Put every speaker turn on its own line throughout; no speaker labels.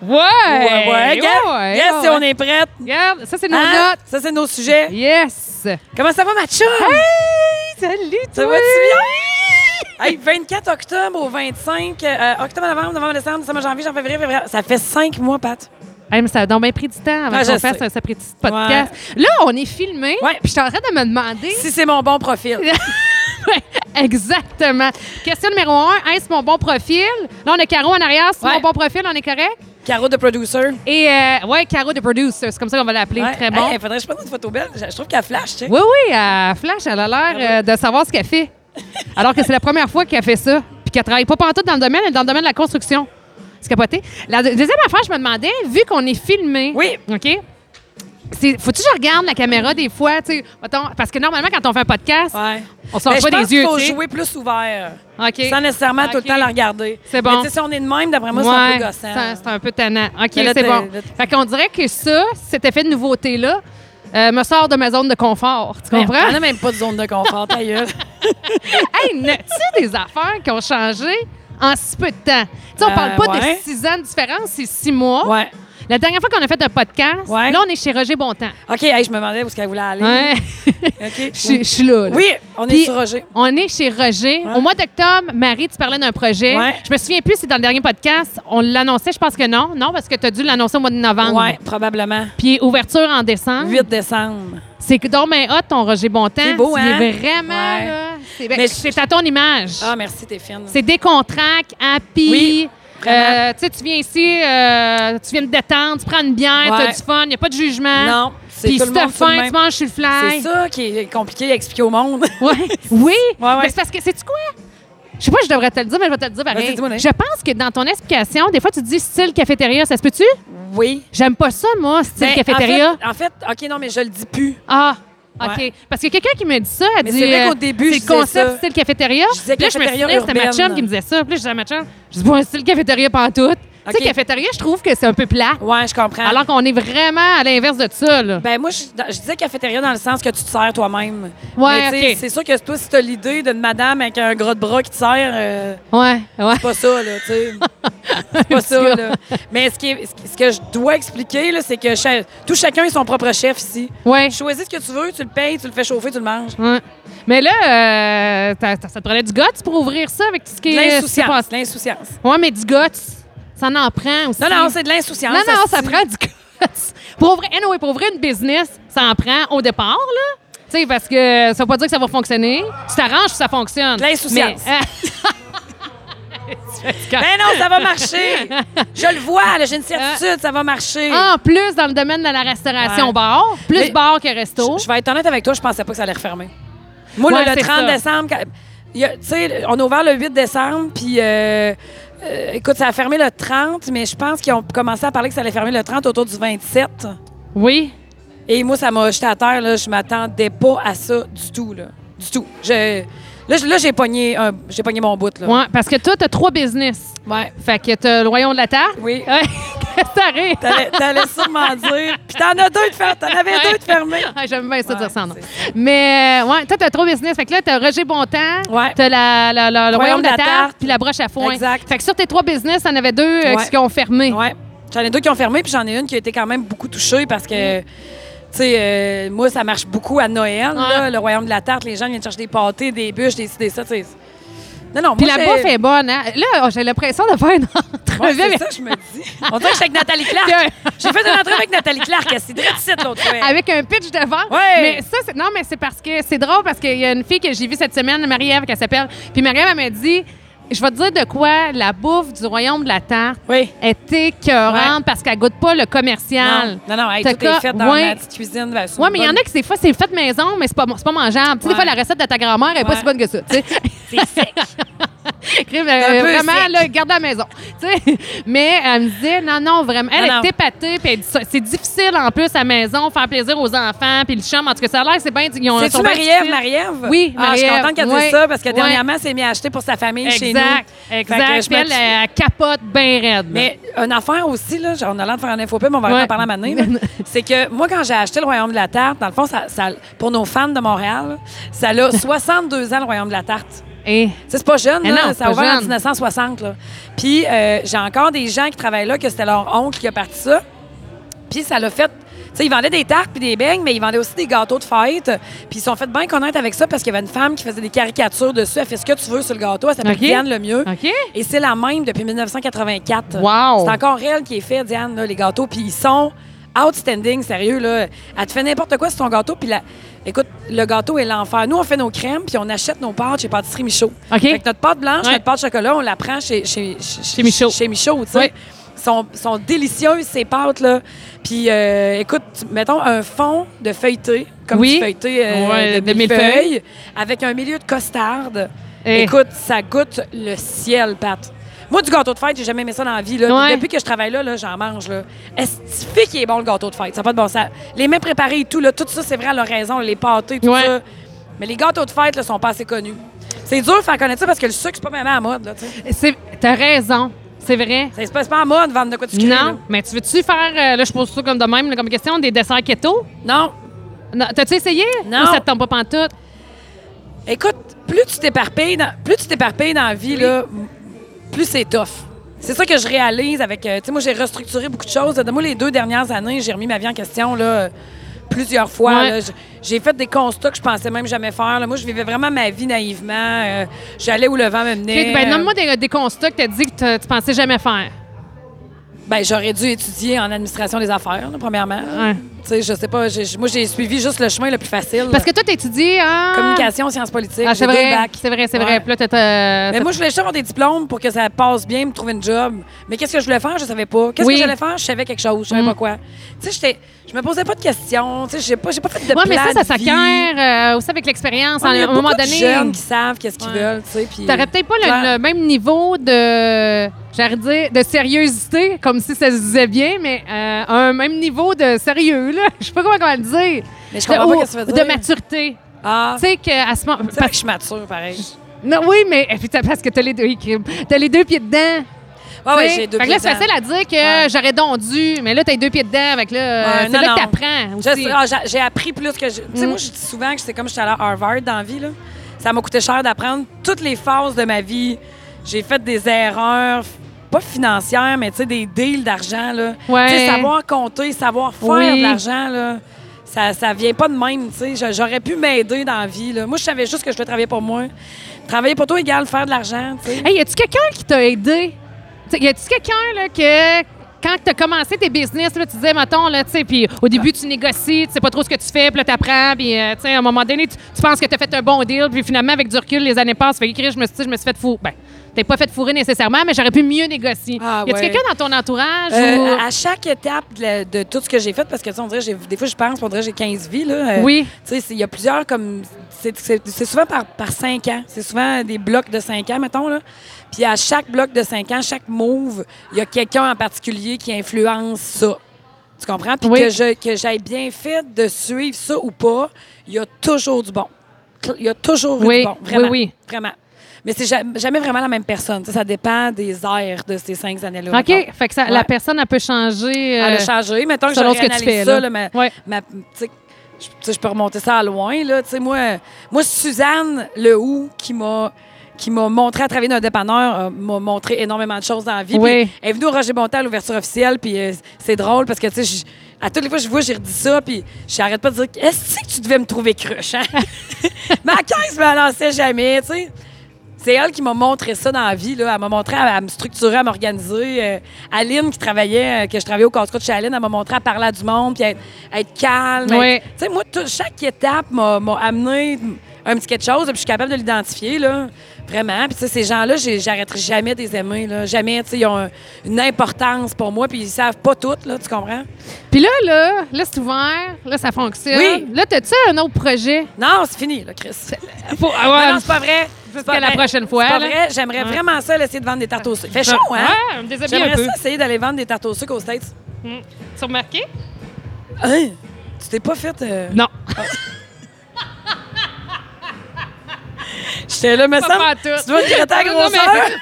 Ouais! Ouais,
regarde.
ouais,
yes,
ouais,
si on
ouais.
est prête.
Regarde, ça, c'est nos
Hein?
notes.
Ça, c'est nos sujets.
Yes!
Comment ça va, ma chum?
Hey! Salut,
Ça
toi!
va-tu bien? Hey, 24 octobre au 25, euh, octobre, novembre, novembre, décembre, décembre, janvier, janvier, février, février. Ça fait cinq mois, Pat.
Hey, mais ça a donc bien pris du temps avant
Ah, je
qu'on fasse
sais.
un petit podcast. Là, on est filmé.
Ouais.
Puis je suis en train de me demander
Si c'est mon bon profil.
exactement. Question numéro un, est-ce mon bon profil? Là, on a Caro en arrière. C'est
Ouais.
mon bon profil, on est correct?
Caro de producer.
Et, euh, ouais, Caro de producer. C'est comme ça qu'on va l'appeler.
Ouais.
Très bon.
Hey, faudrait que je prenne une photo belle. Je je trouve qu'elle flash, tu sais.
Oui, oui, à Flash, elle a l'air euh, de savoir ce qu'elle fait. Alors que c'est la première fois qu'elle fait ça. Puis qu'elle travaille pas pantoute dans le domaine, elle est dans le domaine de la construction. C'est capoté. La deux- deuxième affaire, je me demandais, vu qu'on est filmé.
Oui.
OK? c'est- Faut-tu que je regarde la caméra des fois, tu sais, mettons, parce que normalement, quand on fait un podcast,
Ouais.
on sort
Ben,
pas
je pense
des yeux,
qu'il faut
tu sais.
jouer plus ouvert.
OK.
Sans nécessairement tout le
OK.
temps la regarder.
C'est bon.
Mais tu sais, si on est de même, d'après moi, c'est un peu
Ouais,
gossant.
ça, C'est un peu tannant. OK,
Mais là,
c'est
t'es-
bon.
là,
Fait qu'on dirait que ça, cet effet de nouveauté-là, euh, me sort de ma zone de confort. Tu
Mais
comprends?
On n'a même pas de zone de confort, ta gueule.
Hey, n'as-tu des affaires qui ont changé en si peu de temps? Tu sais, on
Euh,
parle pas
ouais.
de six ans de différence, c'est six mois.
Ouais.
La dernière fois qu'on a fait un podcast,
Ouais.
là, on est chez Roger Bontemps.
OK, hey, je me demandais où est-ce qu'elle voulait aller.
Ouais.
OK.
Je suis- je suis là. là.
Oui, on est
Puis-
sur Roger.
On est chez Roger. Au mois d'octobre, Marie, tu parlais d'un projet.
Ouais.
Je me souviens plus si dans le dernier podcast, on l'annonçait. Je pense que non. Non, parce que tu as dû l'annoncer au mois de novembre.
Ouais, probablement.
Puis ouverture en décembre.
8 décembre.
C'est que donc, ben, hot, ton Roger Bontemps.
C'est beau,
Il
hein?
est vraiment,
Ouais.
là, C'est ben,
Mais je-
c'est à ton image.
Ah, merci, t'es fine.
C'est décontracte, happy.
Oui, vraiment.
Euh, tu sais, tu viens ici, euh, tu viens te détendre, tu prends une bière,
Ouais.
tu as du fun, il n'y a pas de jugement.
Non, c'est
Puis
tout
si
le
t'as
monde tout le
faim,
même.
tu manges sur le
C'est
fly.
ça qui est compliqué à expliquer au monde.
Ouais. Oui.
Ouais, ouais.
Mais c'est parce que, sais-tu quoi? Je sais pas, je devrais te le dire, mais je vais te le dire pareil.
Vas-y, dis-moi, Naïe.
Je pense que dans ton explication, des fois, tu dis style cafétéria. Ça se peut-tu?
oui.
J'aime pas ça, moi, style
Ben,
cafétéria.
En fait, en fait, OK, non, mais je le dis plus.
Ah, OK.
Ouais.
Parce que quelqu'un qui me dit ça, elle
Mais
dit.
c'est vrai qu'au
euh,
début, je
c'est
disais
le concept
ça.
style cafétéria.
Je disais
Puis là, je me
cafétéria
souviens, c'était ma
urbaine.
chum qui me disait ça. Puis là, je disais à ma chum, je dis, bon, style cafétéria pantoute. Tu sais,
OK.
cafétéria, je trouve que c'est un peu plat.
Ouais, je comprends.
Alors qu'on est vraiment à l'inverse de ça, là.
Ben moi, je, je disais cafétéria dans le sens que tu te sers toi-même.
Ouais,
Mais tu sais,
ok.
c'est sûr que toi, si t'as l'idée d'une madame avec un gros de bras qui te sert, euh,
ouais, ouais.
c'est pas ça, là, tu sais. C'est pas ça, là. Mais ce, qui est- ce qui- ce que je dois expliquer, là, c'est que cha- tout chacun est son propre chef ici.
Ouais.
Choisis ce que tu veux, tu le payes, tu le fais chauffer, tu le manges.
ouais. Mais là, euh, t'as- t'as- ça te prenait du guts pour ouvrir ça avec tout ce qui est. ce qui s'est
L'insouciance,
passé.
l'insouciance.
Ouais, mais du guts, ça en prend aussi.
Non, non, c'est de l'insouciance.
Non, non,
Ah, se
ça
dit.
prend du guts. Pour ouvrir, anyway, pour ouvrir une business, ça en prend au départ, là. Tu sais, parce que ça veut pas dire que ça va fonctionner. Tu t'arranges si ça fonctionne.
De l'insouciance.
Mais-
Ben non, ça va marcher. je le vois, là,
Euh.
j'ai une certitude, ça va marcher.
en plus, dans le domaine de la
Ouais.
restauration-bar, plus
Mais-
bar que resto.
Je vais être honnête avec toi, je pensais pas que ça allait refermer. Moi,
Ouais,
là, le
c'est
30
ça.
décembre, quand- il y a- tu sais, on a ouvert le 8 décembre, puis euh, euh, écoute, ça a fermé le 30, mais je pense qu'ils ont commencé à parler que ça allait fermer le 30 autour du 27.
Oui.
Et moi, ça m'a jeté à terre, là. Je m'attendais pas à ça du tout, là. Du tout. Je- là, je- là, j'ai pogné, un- j'ai pogné mon bout, là.
Ouais, parce que toi, t'as trois business.
Ouais.
Fait que t'as le royaume de la tarte.
Oui.
Ouais. Qu'est-ce que t'arrives?
T'allais, t'allais sûrement dire. Puis t'en as deux de fer- T'en avais deux de fermés.
Ah, J'aime bien ça
Ouais,
dire ça, non.
c'est
Mais, euh, ouais, toi, t'as trop business. Fait que là, t'as Roger Bontemps,
Ouais.
t'as la, la- la- le Royaume de la Tarte, puis la broche à foin.
Exact.
Fait que sur tes trois business, t'en avais deux euh,
Ouais.
qui ont fermé.
Ouais. J'en ai deux qui ont fermé, puis j'en ai une qui a été quand même beaucoup touchée parce que, tu sais, euh, moi, ça marche beaucoup à Noël, là,
Ouais.
le royaume de la tarte. Les gens viennent chercher des pâtés, des bûches, des, ci, des ça, tu sais. Non, non,
Puis
moi,
la
j'ai-
bouffe est bonne, hein? Là, oh, j'ai l'impression de faire une entrevue.
Ouais, c'est
avec-
ça, que je me dis. On dirait que je suis avec Nathalie Clark. J'ai fait une entrevue avec Nathalie Clark, elle s'est dressée l'autre fois.
avec un pitch devant.
Ouais.
Mais ça, c'est- non, mais c'est parce que c'est drôle parce qu'il y a une fille que j'ai vue cette semaine, Marie-Ève, qu'elle s'appelle. Puis Marie-Ève, elle m'a dit Je vais te dire de quoi la bouffe du royaume de la tarte
Oui.
est écœurante
Ouais.
parce qu'elle goûte pas le commercial.
Non, non, non hey,
T'as
tout est
qu'à-
fait dans
ouais.
ma petite cuisine. ben, c'est
Oui,
une
mais il y en
bonne-
a qui, des fois, c'est fait maison, mais c'est pas, c'est pas mangeable. Tu sais, des fois,
Ouais.
la recette de ta grand-mère n'est pas
Ouais.
si bonne que ça. C'est sec.
un peu
euh, vraiment,
sec.
là, garde la maison. Tu sais. Mais elle me disait, non, non, vraiment. Elle
Non, non.
est épatée, puis elle dit ça. C'est difficile, en plus, à la maison, faire plaisir aux enfants, puis le chum. En tout cas, ça a l'air que c'est bien. Ils ont
C'est-tu
sont bien
Marie-Ève,
difficiles.
Marie-Ève?
Oui,
Ah, je suis
Marie-Ève,
contente qu'elle
ouais.
dise ça parce que
Ouais.
dernièrement, elle s'est mise à acheter pour sa famille chez nous.
Exact,
Fait que
exact.
je
Puis
me
elle,
dis-
elle capote bien raide. là.
Mais une affaire aussi, là, genre, on a l'air de faire un info mais on va
Ouais.
en parler à Mané. c'est que moi, quand j'ai acheté le Royaume de la Tarte, dans le fond, ça, ça- pour nos fans de Montréal, ça a 62 ans, le Royaume de la Tarte.
Et
Tu sais, C'est pas jeune,
Eh
là.
non, c'est
ça a
pas
ouvert en
jeune.
1960. Là. Puis euh, j'ai encore des gens qui travaillent là, que c'était leur oncle qui a parti ça. Puis ça l'a fait. Tu sais, ils vendaient des tartes puis des beignes, mais ils vendaient aussi des gâteaux de fête. Puis ils se sont fait bien connaître avec ça parce qu'il y avait une femme qui faisait des caricatures dessus. Elle fait ce que tu veux sur le gâteau. Elle s'appelle
OK.
Diane Lemieux.
OK.
Et c'est la même depuis 1984.
Wow.
C'est encore elle qui est fait, Diane, là, les gâteaux. Puis ils sont outstanding, sérieux. Là. Elle te fait n'importe quoi sur ton gâteau. Puis la... écoute, le gâteau est l'enfer. Nous, on fait nos crèmes, puis on achète nos pâtes chez Pâtisserie Michaud.
OK.
Fait que notre pâte blanche,
Ouais.
notre pâte chocolat, on la prend chez, chez,
Chez Michaud.
Chez Michaud, tu sais.
Ouais.
Sont, sont délicieuses, ces pâtes-là. Puis, euh, écoute, tu- mettons un fond de feuilleté, comme
Oui.
tu feuilletais euh,
Ouais,
de
de
millefeuille,
millefeuille.
avec un milieu de costarde.
Eh.
Écoute, ça goûte le ciel, Pat. Moi, du gâteau de fête, j'ai jamais aimé ça dans la vie. là.
Ouais.
Depuis que je travaille là, là j'en mange. Là. Est-ce qu'il est bon, le gâteau de fête? Ça n'a pas de bon sens. Les mets préparés et tout, là, tout ça, c'est vrai, à leur raison, les pâtés, tout
Ouais.
ça. Mais les gâteaux de fête, là, sont pas assez connus. C'est dur de faire connaître ça parce que le sucre, c'est pas même à la mode. Là, tu sais.
C'est- T'as raison. C'est vrai.
c'est, c'est pas à la mode de vendre de quoi tu crées, là.
Non, mais tu veux-tu faire, euh, là, je pose ça comme de même, là, comme question, des desserts keto?
Non.
Non, T'as-tu essayé?
Non.
Ou ça te tombe pas pantoute?
Écoute, plus tu t'éparpilles dans, plus tu t'éparpilles dans la vie, là, plus c'est tough. C'est ça que je réalise avec. euh, tu sais, moi, j'ai restructuré beaucoup de choses. De moi, les deux dernières années, j'ai remis ma vie en question là, euh, plusieurs fois.
Ouais.
là. J- J'ai fait des constats que je pensais même jamais faire. là. Moi, je vivais vraiment ma vie naïvement. euh, J'allais où le vent me menait.
Ok, Ben,
euh,
nomme-moi des, des constats que t'as dit que t'as- tu pensais jamais faire.
Ben, j'aurais dû étudier en administration des affaires, là, premièrement.
Ouais.
Tu sais, je sais pas. j'ai- moi, j'ai suivi juste le chemin le plus facile.
Parce que
là.
toi, t'étudies en...
communication, sciences politiques.
Ah, c'est
j'ai deux
vrai,
bacs.
c'est vrai, c'est
Ouais.
vrai. Puis là, t'as- t'as...
Mais moi, je voulais juste avoir des diplômes pour que ça passe bien, me trouver une job. Mais qu'est-ce que je voulais faire? Je savais pas. Qu'est-ce
Oui. Mm.
que j'allais faire? Je savais quelque chose. Je savais pas quoi. Tu sais, j'étais- je me posais pas de questions. Tu sais, j'ai pas, j'ai pas fait de
Ouais, mais
plan
ça, ça
de vie.
s'acquiert euh, aussi avec l'expérience.
Ouais, mais il y a
à un moment
beaucoup de
donné,
jeunes qui savent qu'est-ce qu'ils
Ouais.
veulent, tu sais. puis-
t'aurais peut-être pas
Claire.
le, le même niveau de, j'allais dire, de sérieusité, comme si ça se disait bien, mais euh, un même niveau de sérieux, là. Je sais pas comment, comment le dire.
Mais je comprends
De-
pas
ou-
qu'est-ce que ça veut
De
dire.
maturité.
Ah,
Tu sais qu'à ce moment...
c'est pas que je suis mature, pareil.
Non, oui, mais et puis t'as- parce que t'as les deux, oui, crime. t'as les deux pieds dedans.
Ah Ouais, ouais,
tu sais.
j'ai deux
fait que
pieds
là, c'est
dedans.
facile à dire que
Ouais.
j'aurais donc dû, mais là, t'as les deux pieds dedans. Fait que là, euh,
Ouais,
c'est
non,
là que
non.
t'apprends
Je
aussi.
sais- ah, j'a- j'ai appris plus que. je- Tu sais,
Mm.
moi, je dis souvent que c'est comme j'étais allée à Harvard dans la vie. Là. Ça m'a coûté cher d'apprendre toutes les phases de ma vie. J'ai fait des erreurs, pas financières, mais tu sais, des deals d'argent. là.
Ouais.
Tu sais, savoir compter, savoir faire
Oui.
de l'argent, là, ça, ça vient pas de même. tu sais. Je- J'aurais pu m'aider dans la vie. là. Moi, je savais juste que je voulais travailler pour moi. Travailler pour toi égale faire de l'argent. tu sais.
Hey, y a-tu quelqu'un qui t'a aidé? T'sais, y a-tu quelqu'un là, que quand t'as commencé tes business, là, tu disais, mettons, là, t'sais, puis au début, tu négocies, tu sais pas trop ce que tu fais, puis là, t'apprends, puis euh, t'sais, à un moment donné, tu, tu penses que t'as fait un bon deal, puis finalement, avec du recul, les années passent, fait que Chris, je me suis dit, je me suis fait fourrer. Ben, t'es pas fait fourrer nécessairement, mais j'aurais pu mieux négocier.
Ah,
y a-tu
ouais.
quelqu'un dans ton entourage?
Euh,
ou-
à chaque étape de, la- de tout ce que j'ai fait, parce que tu sais, on dirait, j'ai- des fois, je pense, on dirait, j'ai 15 vies. Là, Euh,
Oui.
Tu sais, c'est- il y a plusieurs comme. c'est- C'est c'est souvent par, par 5 ans. C'est souvent des blocs de 5 ans, mettons. Là. Puis à chaque bloc de 5 ans, chaque move, il y a quelqu'un en particulier qui influence ça. Tu comprends? Puis
Oui.
que je- que j'aille bien fait de suivre ça ou pas, il y a toujours du bon. Cl- Il y a toujours eu
Oui,
du bon. Vraiment.
oui, oui.
Vraiment. Mais c'est ja- jamais vraiment la même personne. Ça, ça dépend des airs de ces cinq années-là. mettons.
OK, fait que ça-
Ouais.
la personne, elle peut changer.
Elle
euh,
a changé. Mettons que
selon
j'aurais
ce que tu
analysé
fais,
ça,
là.
là, ma-
Ouais.
ma- tu sais, je, tu sais, je peux remonter ça à loin. Là, Tu sais, moi, moi, Suzanne Lehou, qui m'a qui m'a montré à travailler dans un dépanneur, euh, m'a montré énormément de choses dans la vie.
Oui.
Puis Elle est venue au Roger Bontemps à l'ouverture officielle, puis euh, c'est drôle parce que, tu sais, je- à toutes les fois que je vois, j'ai redit ça, puis j'arrête pas de dire « Est-ce que tu devais me trouver cruche, hein? » Ma caisse me la lançait jamais, tu sais. C'est elle qui m'a montré ça dans la vie. Là. Elle m'a montré à, à me structurer, à m'organiser. Euh, Aline, qui travaillait, euh, que je travaillais au contrat de chez Aline, elle m'a montré à parler à du monde, puis à être, à être calme. à
Ouais.
être- Tu sais, moi, tout- chaque étape m'a, m'a amené un petit quelque chose, puis je suis capable de l'identifier, là. Vraiment. Puis, tu sais, ces gens-là, j'ai- j'arrêterai jamais de les aimer, là. Jamais, tu sais, ils ont un- une importance pour moi, puis ils savent pas tout, là, tu comprends?
Puis là, là, là, c'est ouvert, là, ça fonctionne.
Oui.
Là, t'as-tu un autre projet?
Non, c'est fini, là, Chris.
Faut,
Ah non, c'est pas vrai. C'est pas
Jusqu'à la
vrai.
prochaine fois,
C'est pas
là.
vrai. J'aimerais
Ouais.
vraiment ça, là, essayer de vendre des tartes au sucre. Fait chaud, hein?
Ouais, on me déshabille un
J'aimerais
peu.
ça essayer d'aller vendre des tartes au sucre aux States.
Mm. Tu as remarqué?
Hein? Tu t'es pas fait. euh,
Non.
J'étais là, mais
Pas
ça.
pantoute.
Tu dois regretter ta
Non, non, mais
grosseur.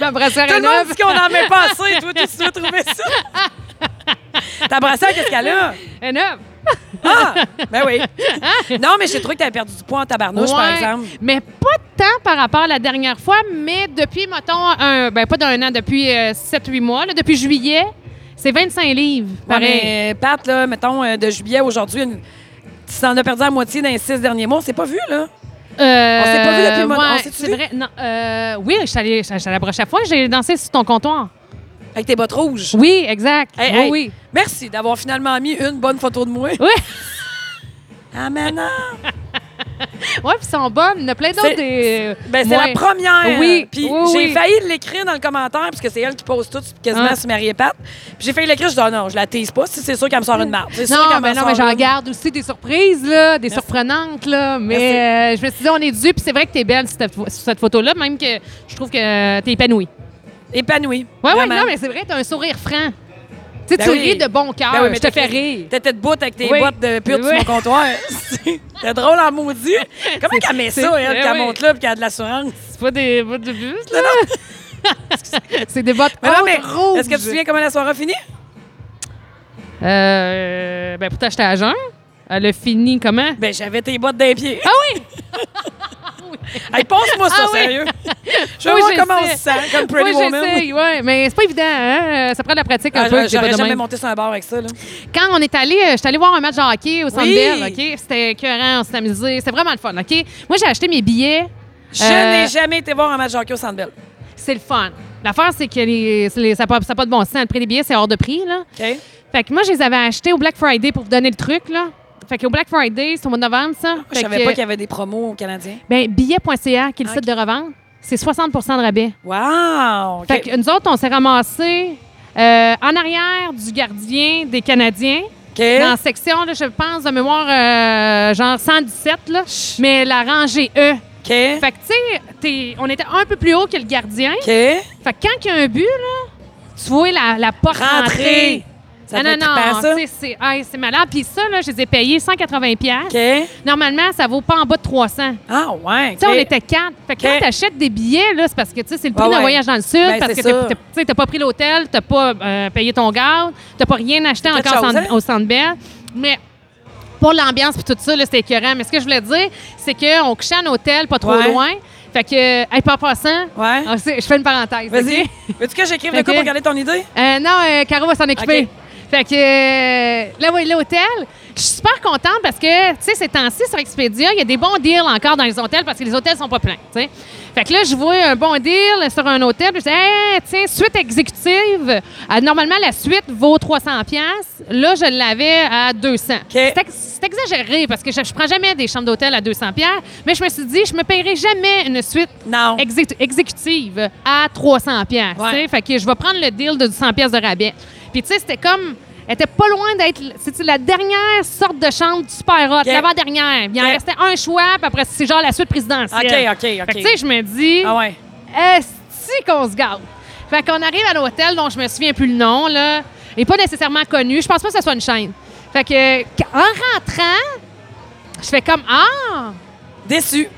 Ma brassière. ma brassière E
Tout le
est
monde
neuve.
dit qu'on n'en met pas assez. Toi, tu tu dois trouver ça. Ta brassière, qu'est-ce qu'elle a?
Elle est neuve.
Ah! Ben oui. Non, mais j'ai trouvé que t'avais perdu du poids en tabarnouche, par
Ouais,
exemple.
Mais pas tant par rapport à la dernière fois, mais depuis, mettons, un, ben pas d'un an, depuis 7-8 mois, là, depuis juillet, c'est 25 livres.
Ouais,
Pareil.
mais, euh, Pat, là, mettons, euh, de juillet à aujourd'hui, une- tu t'en as perdu à moitié dans les six derniers mois. On s'est pas vu, là.
Euh,
on s'est pas vu depuis le mois- on
ouais,
s'est-tu
c'est
vu?
vrai. Non, euh, oui, je suis allée, je suis allée la prochaine fois, j'ai dansé sur ton comptoir.
Avec tes bottes rouges.
Oui, exact.
Hey,
oui,
hey,
oui.
Merci d'avoir finalement mis une bonne photo de moi.
Oui.
Ah, mais non!
Ouais, puis ils sont bonnes. Il y en a plein d'autres.
C'est-
des-
Ben, c'est
moins-
la première.
Oui,
Puis
oui,
j'ai
oui.
failli l'écrire dans le commentaire, puisque c'est elle qui pose tout quasiment
Ah.
sur marie Pat. Puis j'ai failli l'écrire, je dis, ah non, je la tease pas, si c'est sûr qu'elle me sort une marque. C'est sûr
Non,
qu'elle
mais
me
non,
sort
mais j'en
une.
garde aussi des surprises, là, des surprenantes, là. Mais euh, je me suis dit, on est dû, puis c'est vrai que t'es belle sur cette, sur cette photo-là, même que je trouve que t'es épanouie.
Épanouie.
Ouais, ouais,
Vraiment.
non, mais c'est vrai, t'as un sourire franc. Tu sais,
Ben
tu
oui.
ris de bon cœur,
Ben oui, mais
je te
t'as
fais
fait-
rire.
T'étais de bout avec tes
Oui.
bottes de pute sur
Oui.
mon comptoir. T'es drôle en maudit. Comment qu'elle met ça,
c'est-
elle,
Ben
qu'elle
oui.
monte là puis qu'elle a de l'assurance?
C'est pas des bottes de bus, là. c'est des bottes
Mais Ben non, mais
hautes rouges.
est-ce que tu te souviens comment la soirée a fini?
Euh, ben, pour t'acheter à jeun, elle a fini comment?
Ben, j'avais tes bottes d'un pied.
Ah oui!
Hey, pense-moi ça,
Ah oui.
sérieux. Je veux
Oui,
voir comment on
j'essaie.
se sent, comme Pretty
Moi,
Woman.
j'essaye, ouais. Mais c'est pas évident, hein? Euh, Ça prend de la pratique un
Ah,
peu. des
J'aurais
bottes de
jamais
même.
monté sur un bar avec ça. Là.
Quand on est allé, euh, j'étais allée voir un match de hockey au Centre
Oui.
Bell, OK? C'était écœurant, on s'est amusé. C'était vraiment le fun, OK? Moi, j'ai acheté mes billets.
Je
Euh,
n'ai jamais été voir un match de hockey au Centre Bell.
C'est le fun. L'affaire, c'est que les, les- ça n'a pas, ça a pas de bon sens. Le prix des billets, c'est hors de prix, là.
OK?
Fait que moi, je les avais achetés au Black Friday pour vous donner le truc, là. Fait qu'au Black Friday, c'est au mois de novembre, ça.
Je
Fait
savais
que,
pas qu'il y avait des promos aux Canadiens.
Ben, billets.ca, qui est le
Ah,
site de revente, c'est 60 de rabais.
Wow! OK.
Fait que nous autres, on s'est ramassés euh, en arrière du gardien des Canadiens.
OK.
Dans la section, là, je pense, de mémoire, euh, genre 117, là, mais la rangée E.
OK.
Fait que, tu sais, t'es- on était un peu plus haut que le gardien.
OK.
Fait que quand il y a un but, là, tu vois la, la porte
Rentrer!
rentrer.
Ça
Ah, non,
doit
non,
être
non,
trippant, ça.
tu sais, c'est hey, c'est malade. Puis ça, là, je les ai payés 180 pièces.
OK.
Normalement, ça vaut pas en bas de 300.
Ah, ouais.
Tu sais,
OK.
on était quatre. Fait que
OK.
quand t'achètes des billets, là, c'est parce que, tu sais, c'est le prix
Ouais,
d'un
ouais.
voyage dans le sud,
Ben,
parce
c'est
que t'as-
ça.
t'as- tu sais, t'as pas pris l'hôtel, t'as pas euh, payé ton garde, t'as pas rien acheté
Quelque
encore au
chose,
centre-
hein?
au Centre Bell. Mais pour l'ambiance puis tout ça, là, c'était écœurant. Mais ce que je voulais dire, c'est qu'on couchait à un hôtel pas trop
Ouais.
loin. Fait que, hey, pas en passant,
Ouais.
ah, c'est- je fais une parenthèse,
Vas-y.
OK?
Veux-tu que j'écrive de
OK.
quoi pour garder ton idée?
Euh, non, euh, Caro va s'en occuper.
OK.
Fait que euh, là, oui, l'hôtel, je suis super contente parce que, tu sais, ces temps-ci sur Expedia, il y a des bons deals encore dans les hôtels parce que les hôtels sont pas pleins, tu sais. Fait que là, je vois un bon deal sur un hôtel, puis je dis, hey, tu sais, suite exécutive, euh, normalement, la suite vaut 300 pièces. Là, je l'avais à 200. C'est ex- C'est exagéré parce que je, je prends jamais des chambres d'hôtel à 200 pièces, mais je me suis dit, je me paierai jamais une suite
Non.
exé- exécutive à 300 pièces.
Ouais.
Fait que je vais prendre le deal de 100 pièces de rabais. Puis tu sais, c'était comme elle était pas loin d'être c'était la dernière sorte de chambre du super hot,
OK.
l'avant-dernière. Il en
OK.
restait un choix, puis après c'est genre la suite présidentielle.
OK, OK,
Fait que tu sais,
OK.
je me dis
Ah, ouais.
est-ce qu'on se gâte? Fait qu'on arrive à l'hôtel dont je me souviens plus le nom, là. Il est pas nécessairement connu. Je pense pas que ce soit une chaîne. Fait que, en rentrant, je fais comme Ah!
Déçu.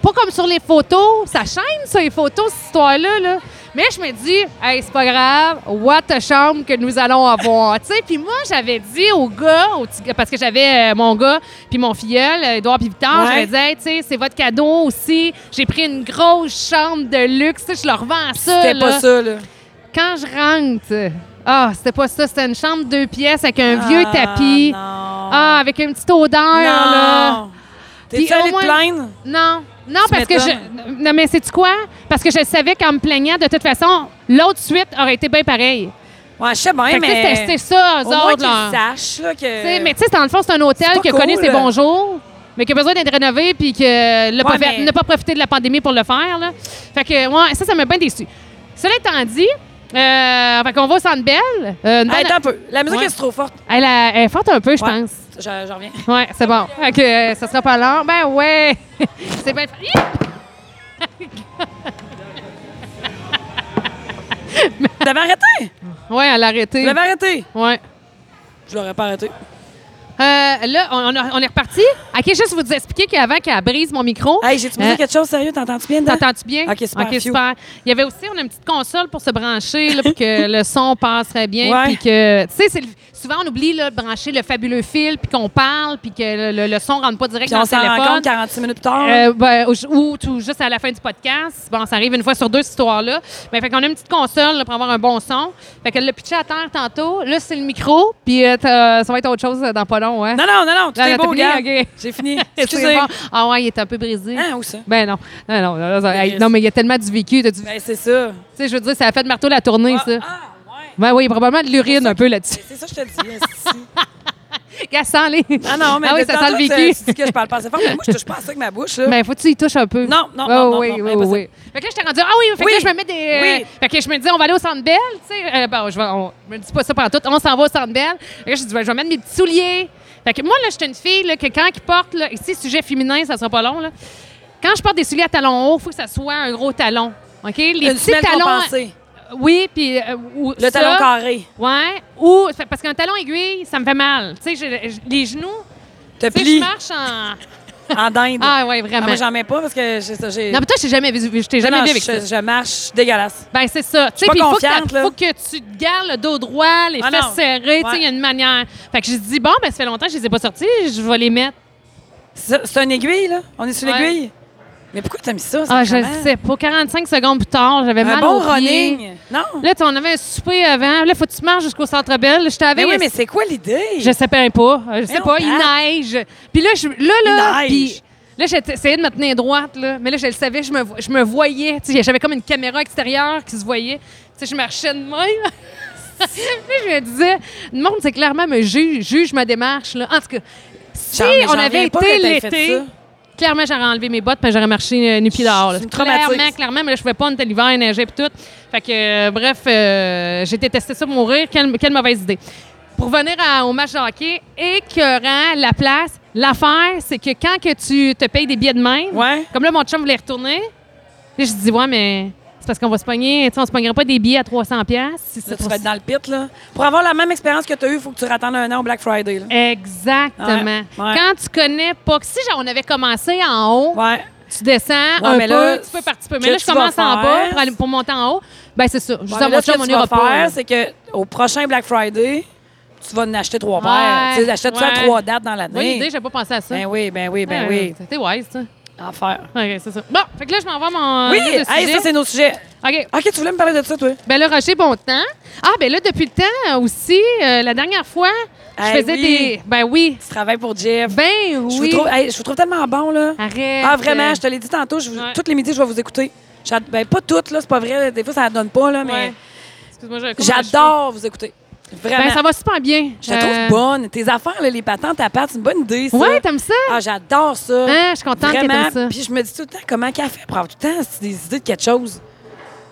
pas comme sur les photos, ça chaîne sur les photos, cette histoire-là. Là. Mais je me dis, hey, c'est pas grave, what a chambre que nous allons avoir. tu sais, puis moi, j'avais dit au gars, au petit gars- parce que j'avais euh, mon gars, puis mon filleul, euh, Édouard, puis Victor,
Ouais.
j'avais dit, hey, tu sais, c'est votre cadeau aussi. J'ai pris une grosse chambre de luxe, tu sais, je leur vends ça.
C'était
là.
pas ça, là.
Quand je rentre, ah, c'était pas ça, c'était une chambre deux pièces avec un vieux
Ah,
tapis.
non.
Ah, avec une petite odeur, là.
Non. T'es-tu
Puis au
allée te
moins-
plaindre?
Non, non,
Tu
parce que
m'étonnes.
je. Non, mais c'est quoi? Parce que je savais qu'en me plaignant, de toute façon, l'autre suite aurait été bien pareil.
Ouais, je sais bien,
Fait que
Eh, mais.
c'était- c'est ça, eux
Au moins
autres.
qu'ils
là.
le sachent, là,
Tu sais,
que.
Mais tu sais, dans le fond, c'est un hôtel
c'est
qui a
pas
connu
cool.
ses bons jours, mais qui a besoin d'être rénové puis que n'a pas,
Ouais,
fait-
mais-
n'a pas profité de la pandémie pour le faire. Là. Fait que, ouais, ça, ça m'a bien déçu. Cela étant dit, euh, fait qu'on va au Centre Bell. Euh, une bonne-
Hey, Ben, Attends un peu. La musique
Ouais.
est trop forte.
elle, a- elle est forte un peu, je
Ouais.
pense.
Je- J'en reviens.
Ouais, c'est bon. OK, euh, ça sera pas long. Ben ouais. c'est bien. Hi!
Vous l'avez arrêté?
Ouais, elle a arrêté.
Vous l'avez arrêté?
Ouais.
Je l'aurais pas arrêté.
Euh, là, on, on a- on est reparti. OK, juste vous expliquer qu'avant qu'elle brise mon micro,
Hey, j'ai-tu
Euh,
dit quelque chose sérieux? T'entends-tu bien? dedans?
t'entends-tu bien?
OK, super, phew.
super. Il y avait aussi, on a une petite console pour se brancher, là, pour que le son passerait bien.
Ouais.
Puis que, tu sais, c'est le- souvent, on oublie là, de brancher le fabuleux fil, puis qu'on parle, puis que le, le son ne rentre pas direct
Puis
dans
on
le
s'en rend
téléphone.
compte 46 minutes plus tard.
Euh, ben, ou- ou tout juste à la fin du podcast. Bon, ça arrive une fois sur deux, cette histoire-là. Mais fait qu'on a une petite console là, pour avoir un bon son. Fait qu'elle l'a pitché à terre tantôt. Là, c'est le micro. Puis euh, t'as- ça va être autre chose euh, dans pas long, hein?
Non, non, non, non, tout
Là,
est
là, t'as
beau,
fini,
gars.
ok.
J'ai fini.
C'est
Excusez.
bon. Ah ouais, il est un peu brisé.
Hein, où ça?
Ben non. Non, non, non, ça- hey,
Yes.
non, mais il y a tellement du vécu. t'as du- Tu
Ben, c'est ça.
sais, je veux dire, ça a fait de marteau la tournée,
Ah,
ça.
ah, ouais.
Ben oui, probablement de l'urine un peu là-dessus.
C'est ça, que je te dis. esti.
Gassant, les.
Ah non, mais
Ah oui,
depuis
ça sent le
tantôt,
vécu.
Tu, tu dis que je parle pas assez fort, mais moi, je touche pas à ça avec ma bouche. Là.
Mais Ben, faut que tu y touches un peu.
Non, non,
Oh,
non, non,
oui,
non,
oui,
impossible.
oui. Fait que là, j'étais rendue, ah oui, fait que
Oui.
là, je me mets des. euh,
Oui.
Fait que je me dis, on va aller au centre Bell, tu sais. Euh, bon, je, vais, on, je me dis pas ça pendant tout. On s'en va au centre Bell. Fait que là, je dis, ben, je vais mettre mes petits souliers. Fait que moi, là, j'étais une fille, là, que quand qui porte, là, ici, sujet féminin, ça sera pas long, là. Quand je porte des souliers à talons hauts, il faut que ça soit un gros talon. OK? Les
Une
petits
semelle
talons.
compensée.
Oui, puis. euh, ou
Le
ça.
talon carré.
Ouais. Ou. Parce qu'un talon aiguille, ça me fait mal. Tu sais, je- je- les genoux.
Te
Tu sais, je
plie
marche en.
en dinde.
Ah, ouais, vraiment.
Ah, moi, j'en mets pas parce que j'ai ça. J'ai...
Non, mais toi, je t'ai jamais vu, je t'ai jamais
Non,
vu
je,
avec ça.
je marche dégueulasse.
Ben c'est ça. Tu sais,
pas
puis il faut que
confiante,
t'as-
là.
faut que tu te gardes le dos droit, les
Ah
fesses
non.
serrées, tu sais, il y a
Ouais.
une manière. Fait que je dis bon, ben ça fait longtemps que je les ai pas sortis, je vais les mettre.
C'est, c'est une aiguille, là. On est sur
Ouais.
l'aiguille. Mais pourquoi t'as mis ça?
Ah, je
sacrément?
sais pas. 45 secondes plus tard, j'avais
Un
mal
bon
aux pieds.
running. Non. Ben
Là, tu- on avait un souper avant. Là, faut que tu marches jusqu'au centre belle. Je
Mais
t'avais.
Ben oui, mais c'est quoi l'idée?
Je sais pas, hein, pas. Je sais
Mais
pas,
on
il
tape.
neige. Puis là, je, là, là,
Il
puis
neige.
là, j'essayais de me tenir droite, là. Mais là, je le savais, je me, vo- je me voyais. Tu sais, j'avais comme une caméra extérieure qui se voyait. Tu sais, je marchais de même. Puis je me disais, le monde, c'est clairement, me juge, juge ma démarche, là. En tout cas, si
J'en- mais
on
j'en
avait
reviens pas
été
que t'aies fait
l'été,
ça.
clairement, j'aurais enlevé mes bottes, puis j'aurais marché euh, nu pieds dehors, là.
C'est une
Clairement,
traumatique.
clairement, mais là, je pouvais pas, on était l'hiver, il neigeait, puis tout. Fait que, euh, bref, euh, j'ai détesté ça pour mourir. Quelle, quelle mauvaise idée. Pour revenir à- au match de hockey, écœurant, la place, l'affaire, c'est que quand que tu te payes des billets de même,
Ouais.
comme là, mon chum voulait retourner, là, je dis, ouais, mais c'est parce qu'on va se pogner, tu sais, on se pognerait pas des billets à 300 pièces si
Là,
c'est
tu
pour
vas être dans le pit, là. Pour avoir la même expérience que tu as eue, il faut que tu rattendes un an au Black Friday,
Eh,
là.
Exactement.
Ouais, ouais.
Quand tu connais pas, si genre, on avait commencé en haut,
Ouais.
tu descends
Ouais,
un
mais
peu,
là,
tu peux participer.
que
Mais là, je
tu
commence
vas
en bas
faire-
pour, aller- pour monter en haut. Ben c'est ça. Je dis
Ouais,
à
mais
mon
là, ce
chum,
que
on
tu vas
ira pas.
faire, c'est qu'au prochain Black Friday, tu vas en acheter trois
Ouais,
paires. Tu sais, achètes ça à
ouais.
trois dates dans
Bonne
l'année.
idée, j'avais pas pensé à ça.
ben oui, ben oui, ben
Ah,
oui.
T'es wise, ça.
En faire.
OK, c'est ça. Bon, fait que là, je m'envoie mon.
Oui,
livre de
hey,
sujet.
ça, c'est nos sujets.
OK.
OK, tu voulais me parler de ça, toi?
Ben là, Roger, bon temps. Ah, ben là, depuis le temps euh, aussi, euh, la dernière fois, je
Hey,
faisais
oui.
des. Ben oui.
Tu travailles pour Jeff.
Ben oui.
Je, vous trouve, hey, je vous trouve tellement bon, là.
Arrête.
Ah, vraiment, je te l'ai dit tantôt. Je vous-
Ouais.
Toutes les midis, je vais vous écouter. J'ad- Ben, pas toutes, là, c'est pas vrai. Des fois, ça donne pas, là, mais
Ouais. Excuse-moi, j'ai un coup dans la
j'adore vous écouter. Vraiment.
cheville. Ben, ça va super bien. Euh,
Je te trouve bonne. Tes affaires, là, les patentes à pattes, c'est une bonne idée, ça.
Ouais, t'aimes ça?
Ah, j'adore ça.
Hein, je suis contente que
Vraiment.
t'aimes ça.
Puis je me dis tout le temps comment qu'elle fait pour avoir tout le temps c'est des idées de quelque chose.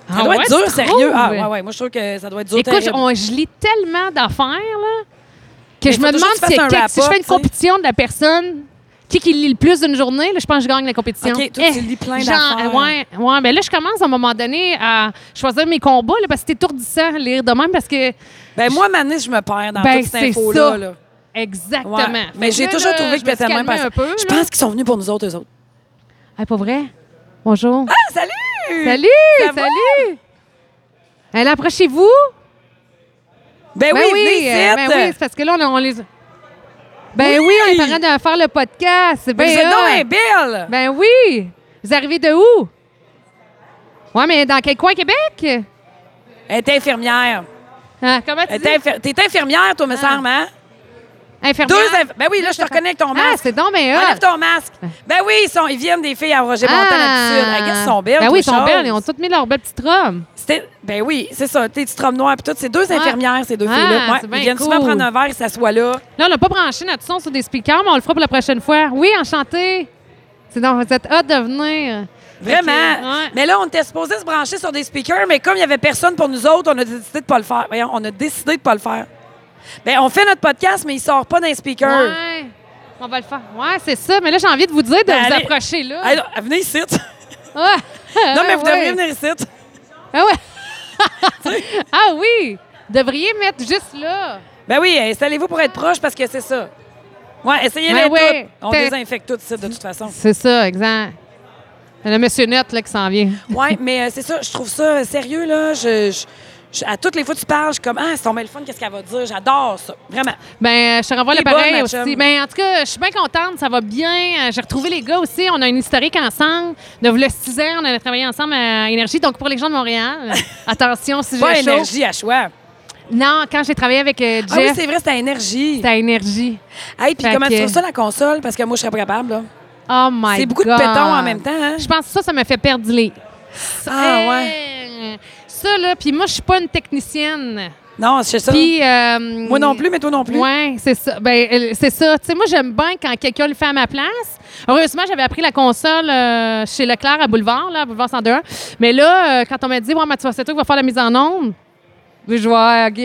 Ça
Ah
doit
ouais,
être
tu
dur, sérieux. Ah,
trouves?
ouais, ouais. Moi, je trouve que ça doit être dur.
Écoute,
terrible.
on- je lis tellement d'affaires, là, que
Mais
je
faut
me
toujours
demande
que tu
si,
fasses un
quelque- si je
wrap-up,
fais une
tu sais.
compétition de la personne qui, qui lit le plus d'une journée, là, je pense que je gagne la compétition. Eh,
OK, toi, tu lis plein d'affaires.
Ouais, ouais, ben là, je commence à un moment donné à choisir mes combats, là, parce que c'est étourdissant lire de même, parce que...
Ben, moi, Manis, je me perds dans
Ben,
toute cette
c'est
info-là.
ça.
là.
Exactement.
Ouais.
Fait
Mais
que
j'ai
là,
toujours
là,
trouvé
je
que c'était
me suis
tellement
calmée un peu,
Je
là.
pense qu'ils sont venus pour nous autres, eux autres.
Hey, pas vrai? Bonjour.
Ah, salut!
salut!
ça va?
Salut! Elle approchez-vous.
Ben, oui, venez ici.
euh, ben oui, c'est parce que là, on, a- on les... Ben oui, on est en train de faire le podcast. C'est
Ben,
bien
vous êtes
hot.
donc bien belle!
Ben oui! Vous arrivez de où? Ouais, mais dans quel coin, Québec?
Elle est infirmière.
Hein, comment tu
Elle
dis?
est infir- T'es infirmière, toi, me semble, hein? Deux
Ah. Infirmière?
inf- Ben oui, là, je te reconnais avec ton
Ah,
masque.
c'est donc bien hot.
Enlève ton masque. Ben oui, ils, sont, ils viennent des filles à Roger
Ah.
Montan à Sud. Elles sont belles.
Ben oui, ils
toutes
sont
choses.
belles. Ils ont toutes mis leurs belles petites robes.
C'était- Ben oui, c'est ça. T'es petite robe noire. Puis toutes ces deux infirmières, ces deux
Ah,
filles-là. Ouais,
c'est
ils
bien
viennent
cool.
souvent prendre un verre et s'assoient là.
Là, on n'a pas branché notre son sur des speakers, mais on le fera pour la prochaine fois. Oui, enchanté. C'est donc, vous êtes hâte de venir.
Vraiment.
Ok, ouais.
Mais là, on était supposé se brancher sur des speakers, mais comme il n'y avait personne pour nous autres, on a décidé de pas le faire. Voyons, on a décidé de pas le faire. Ben, on fait notre podcast, mais il sort pas d'un speaker.
Ouais. On va le faire. Ouais, c'est ça. Mais là, j'ai envie de vous dire de
Ben,
vous
allez.
approcher, là.
Hey, non, venez ici.
Ah.
non, mais vous
Ouais.
devriez venir ici.
Ah ouais. ah oui. Devriez mettre juste là.
Ben oui, installez-vous pour être proche parce que c'est ça. Ouais, essayez-les
Ouais,
toutes.
ouais.
On
T'es-
désinfecte toutes, ça, de toute façon.
C'est ça, exact. Le monsieur net là, qui s'en vient.
Oui, mais euh, c'est ça, je trouve ça euh, sérieux, là. Je, je- je- à toutes les fois que tu parles, je suis comme, ah, c'est tombé le fun, qu'est-ce qu'elle va dire? J'adore ça. Vraiment.
Ben, je te renvoie
T'es
le pareil
bonne, ma
aussi.
chum.
Ben, en tout cas, je suis bien contente, ça va bien. Euh, J'ai retrouvé les gars aussi. On a une historique ensemble. De le 6 ans, on avait travaillé ensemble à Énergie. Donc, pour les gens de Montréal, attention, si
Pas
j'ai chaud.
énergie à choix.
Non, quand j'ai travaillé avec euh,
Ah oui,
Jeff,
c'est vrai, c'est à énergie.
c'était à Énergie.
Hey, puis
Fait
comment
que-
tu trouves ça, la console? Parce que moi, je serais pas capable, là.
Oh my
C'est beaucoup de
God.
pétons en même temps, hein?
Je pense que ça, ça me fait perdre du lait.
Ah,
Hey!
ouais.
Ça, là, puis moi, je suis pas une technicienne.
Non, c'est ça.
Puis... euh,
Moi non plus, mais toi non plus.
Oui, c'est ça. Ben, euh, c'est ça. Tu sais, moi, j'aime bien quand quelqu'un le fait à ma place. Heureusement, j'avais appris la console euh, chez Leclerc à Boulevard, là, à Boulevard 102. Mais là, euh, quand on m'a dit, ouais, mais tu vas- c'est toi qui vas faire la mise en onde, je vois, OK.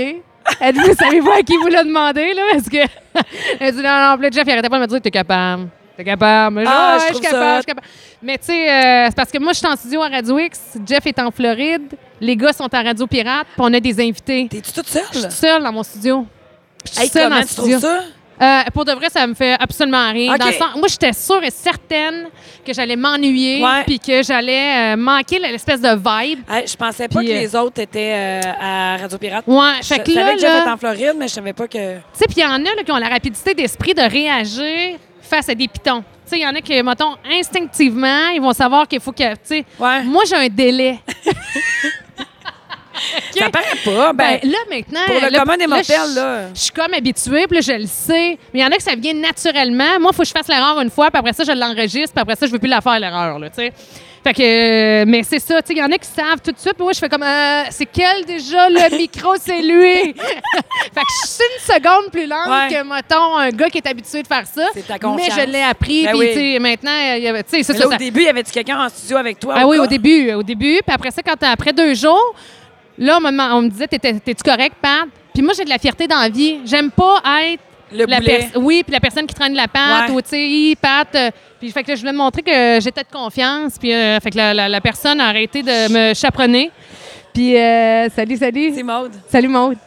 Elle dit, savez-vous à qui vous l'a demandé, là? Parce que. Elle dit, non, non, puis là, Jeff, il arrêtait pas de me dire, t'es capable. T'es capable. Je, ah,
Ah, je
je suis
trouve
capable,
ça
je suis capable. Mais tu sais, euh, c'est parce que moi, je suis en studio à Radio X, Jeff est en Floride, les gars sont à Radio Pirate, puis on a des invités.
T'es-tu toute seule?
Je suis seule dans mon studio. Je suis
Hey,
seule
comment
en
tu
studio.
trouves ça?
Euh, pour de vrai, ça me fait absolument rien.
OK.
Dans le sens- moi, j'étais sûre et certaine que j'allais m'ennuyer
Ouais.
puis que j'allais euh, manquer l'espèce de vibe.
Hey, je pensais pas
Puis,
que
euh,
les autres étaient euh, à Radio Pirate.
Ouais,
Je
fait que
savais
là,
que Jeff
là-
était en Floride, mais je savais pas que.
Tu sais, puis il y en a là, qui ont la rapidité d'esprit de réagir face à des pitons. Tu sais, il y en a qui, mettons, instinctivement, ils vont savoir qu'il faut que. Tu sais,
Ouais.
moi, j'ai un délai.
Ça paraît pas. Ben,
Ben, là, maintenant.
pour le
là,
commun des mortels,
je-
là.
Je suis comme habituée, puis là, je le sais. Mais il y en a que ça vient naturellement. Moi, il faut que je fasse l'erreur une fois, puis après ça, je l'enregistre, puis après ça, je veux plus la faire, l'erreur, là, tu sais. Fait que, euh, mais c'est ça, tu sais, il y en a qui savent tout de suite, puis moi, je fais comme, euh, c'est quel déjà le micro, c'est lui. fait que je suis une seconde plus lente
Ouais.
que, mettons, un gars qui est habitué de faire ça.
C'est ta
Mais
confiance.
je l'ai appris,
Ben
puis,
oui.
tu sais, maintenant, il y avait- tu sais, ça,
Mais
ça,
là, au
ça-
début, y avait-tu quelqu'un en studio avec toi?
ah oui,
cas?
au début, euh, au début. Puis après ça, quand t'as- après deux jours, là, on me, demand- on me disait, T'étais- t'es-tu correct, Pat? Puis moi, j'ai de la fierté dans la vie. J'aime pas être
Le
la
boulet.
pers- Oui, puis la personne qui traîne la patte,
Ouais.
ou tu sais, Hi, Pat. euh, Puis fait que là, je voulais me montrer que j'étais de confiance. Puis euh, fait que la, la- la personne a arrêté de me chaperonner. Puis euh, salut, salut.
C'est Maude.
Salut Maude.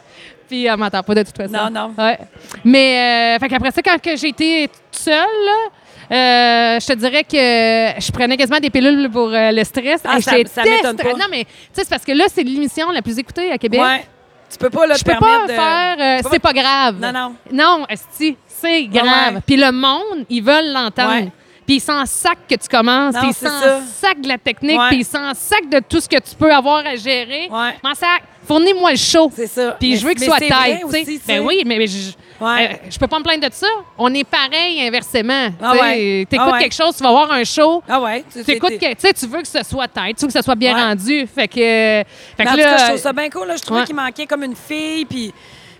Puis elle m'entend pas de toute façon.
Non, non.
Ouais. Mais euh, fait qu'après ça, quand que j'ai été toute seule, là, euh, je te dirais que je prenais quasiment des pilules pour euh, le stress.
Ah,
Hey,
ça-
j'étais
ça m'étonne
testre-
pas.
Non, mais tu sais, c'est parce que là, c'est l'émission la plus écoutée à Québec.
Ouais. Tu peux pas là,
Je
te
peux pas
permettre de.
faire, euh,
tu peux
c'est pas grave.
Non, non.
Non, esti, c'est grave.
ouais.
Puis le monde, ils veulent l'entendre.
Ouais.
Puis ils s'en sacent que tu commences.
Non,
Puis ils
c'est
s'en
ça.
sacent de la technique.
Ouais.
Puis ils s'en sacent de tout ce que tu peux avoir à gérer.
Ouais.
M'en sac. Fournis-moi le show.
C'est ça.
Puis
Mais-
je veux qu'il
mais
soit
c'est
tight.
vrai
tu sais.
aussi, tu
Ben
sais.
oui, mais mais je
Ouais.
euh, je peux pas me plaindre de ça. On est pareil inversement.
Ah
Tu sais,
ouais.
T'écoutes
Ah ouais.
quelque chose, tu vas voir un show.
Ah ouais. Tu
Tu écoutes,
t'es-
que- tu sais, tu veux que ce soit tight, tu veux que ce soit bien
Ouais.
rendu. Fait que, euh, fait
Mais
que
en tout
là,
cas, je trouve ça bien cool. Là. Je trouvais
Ouais.
qu'il manquait comme une fille, puis.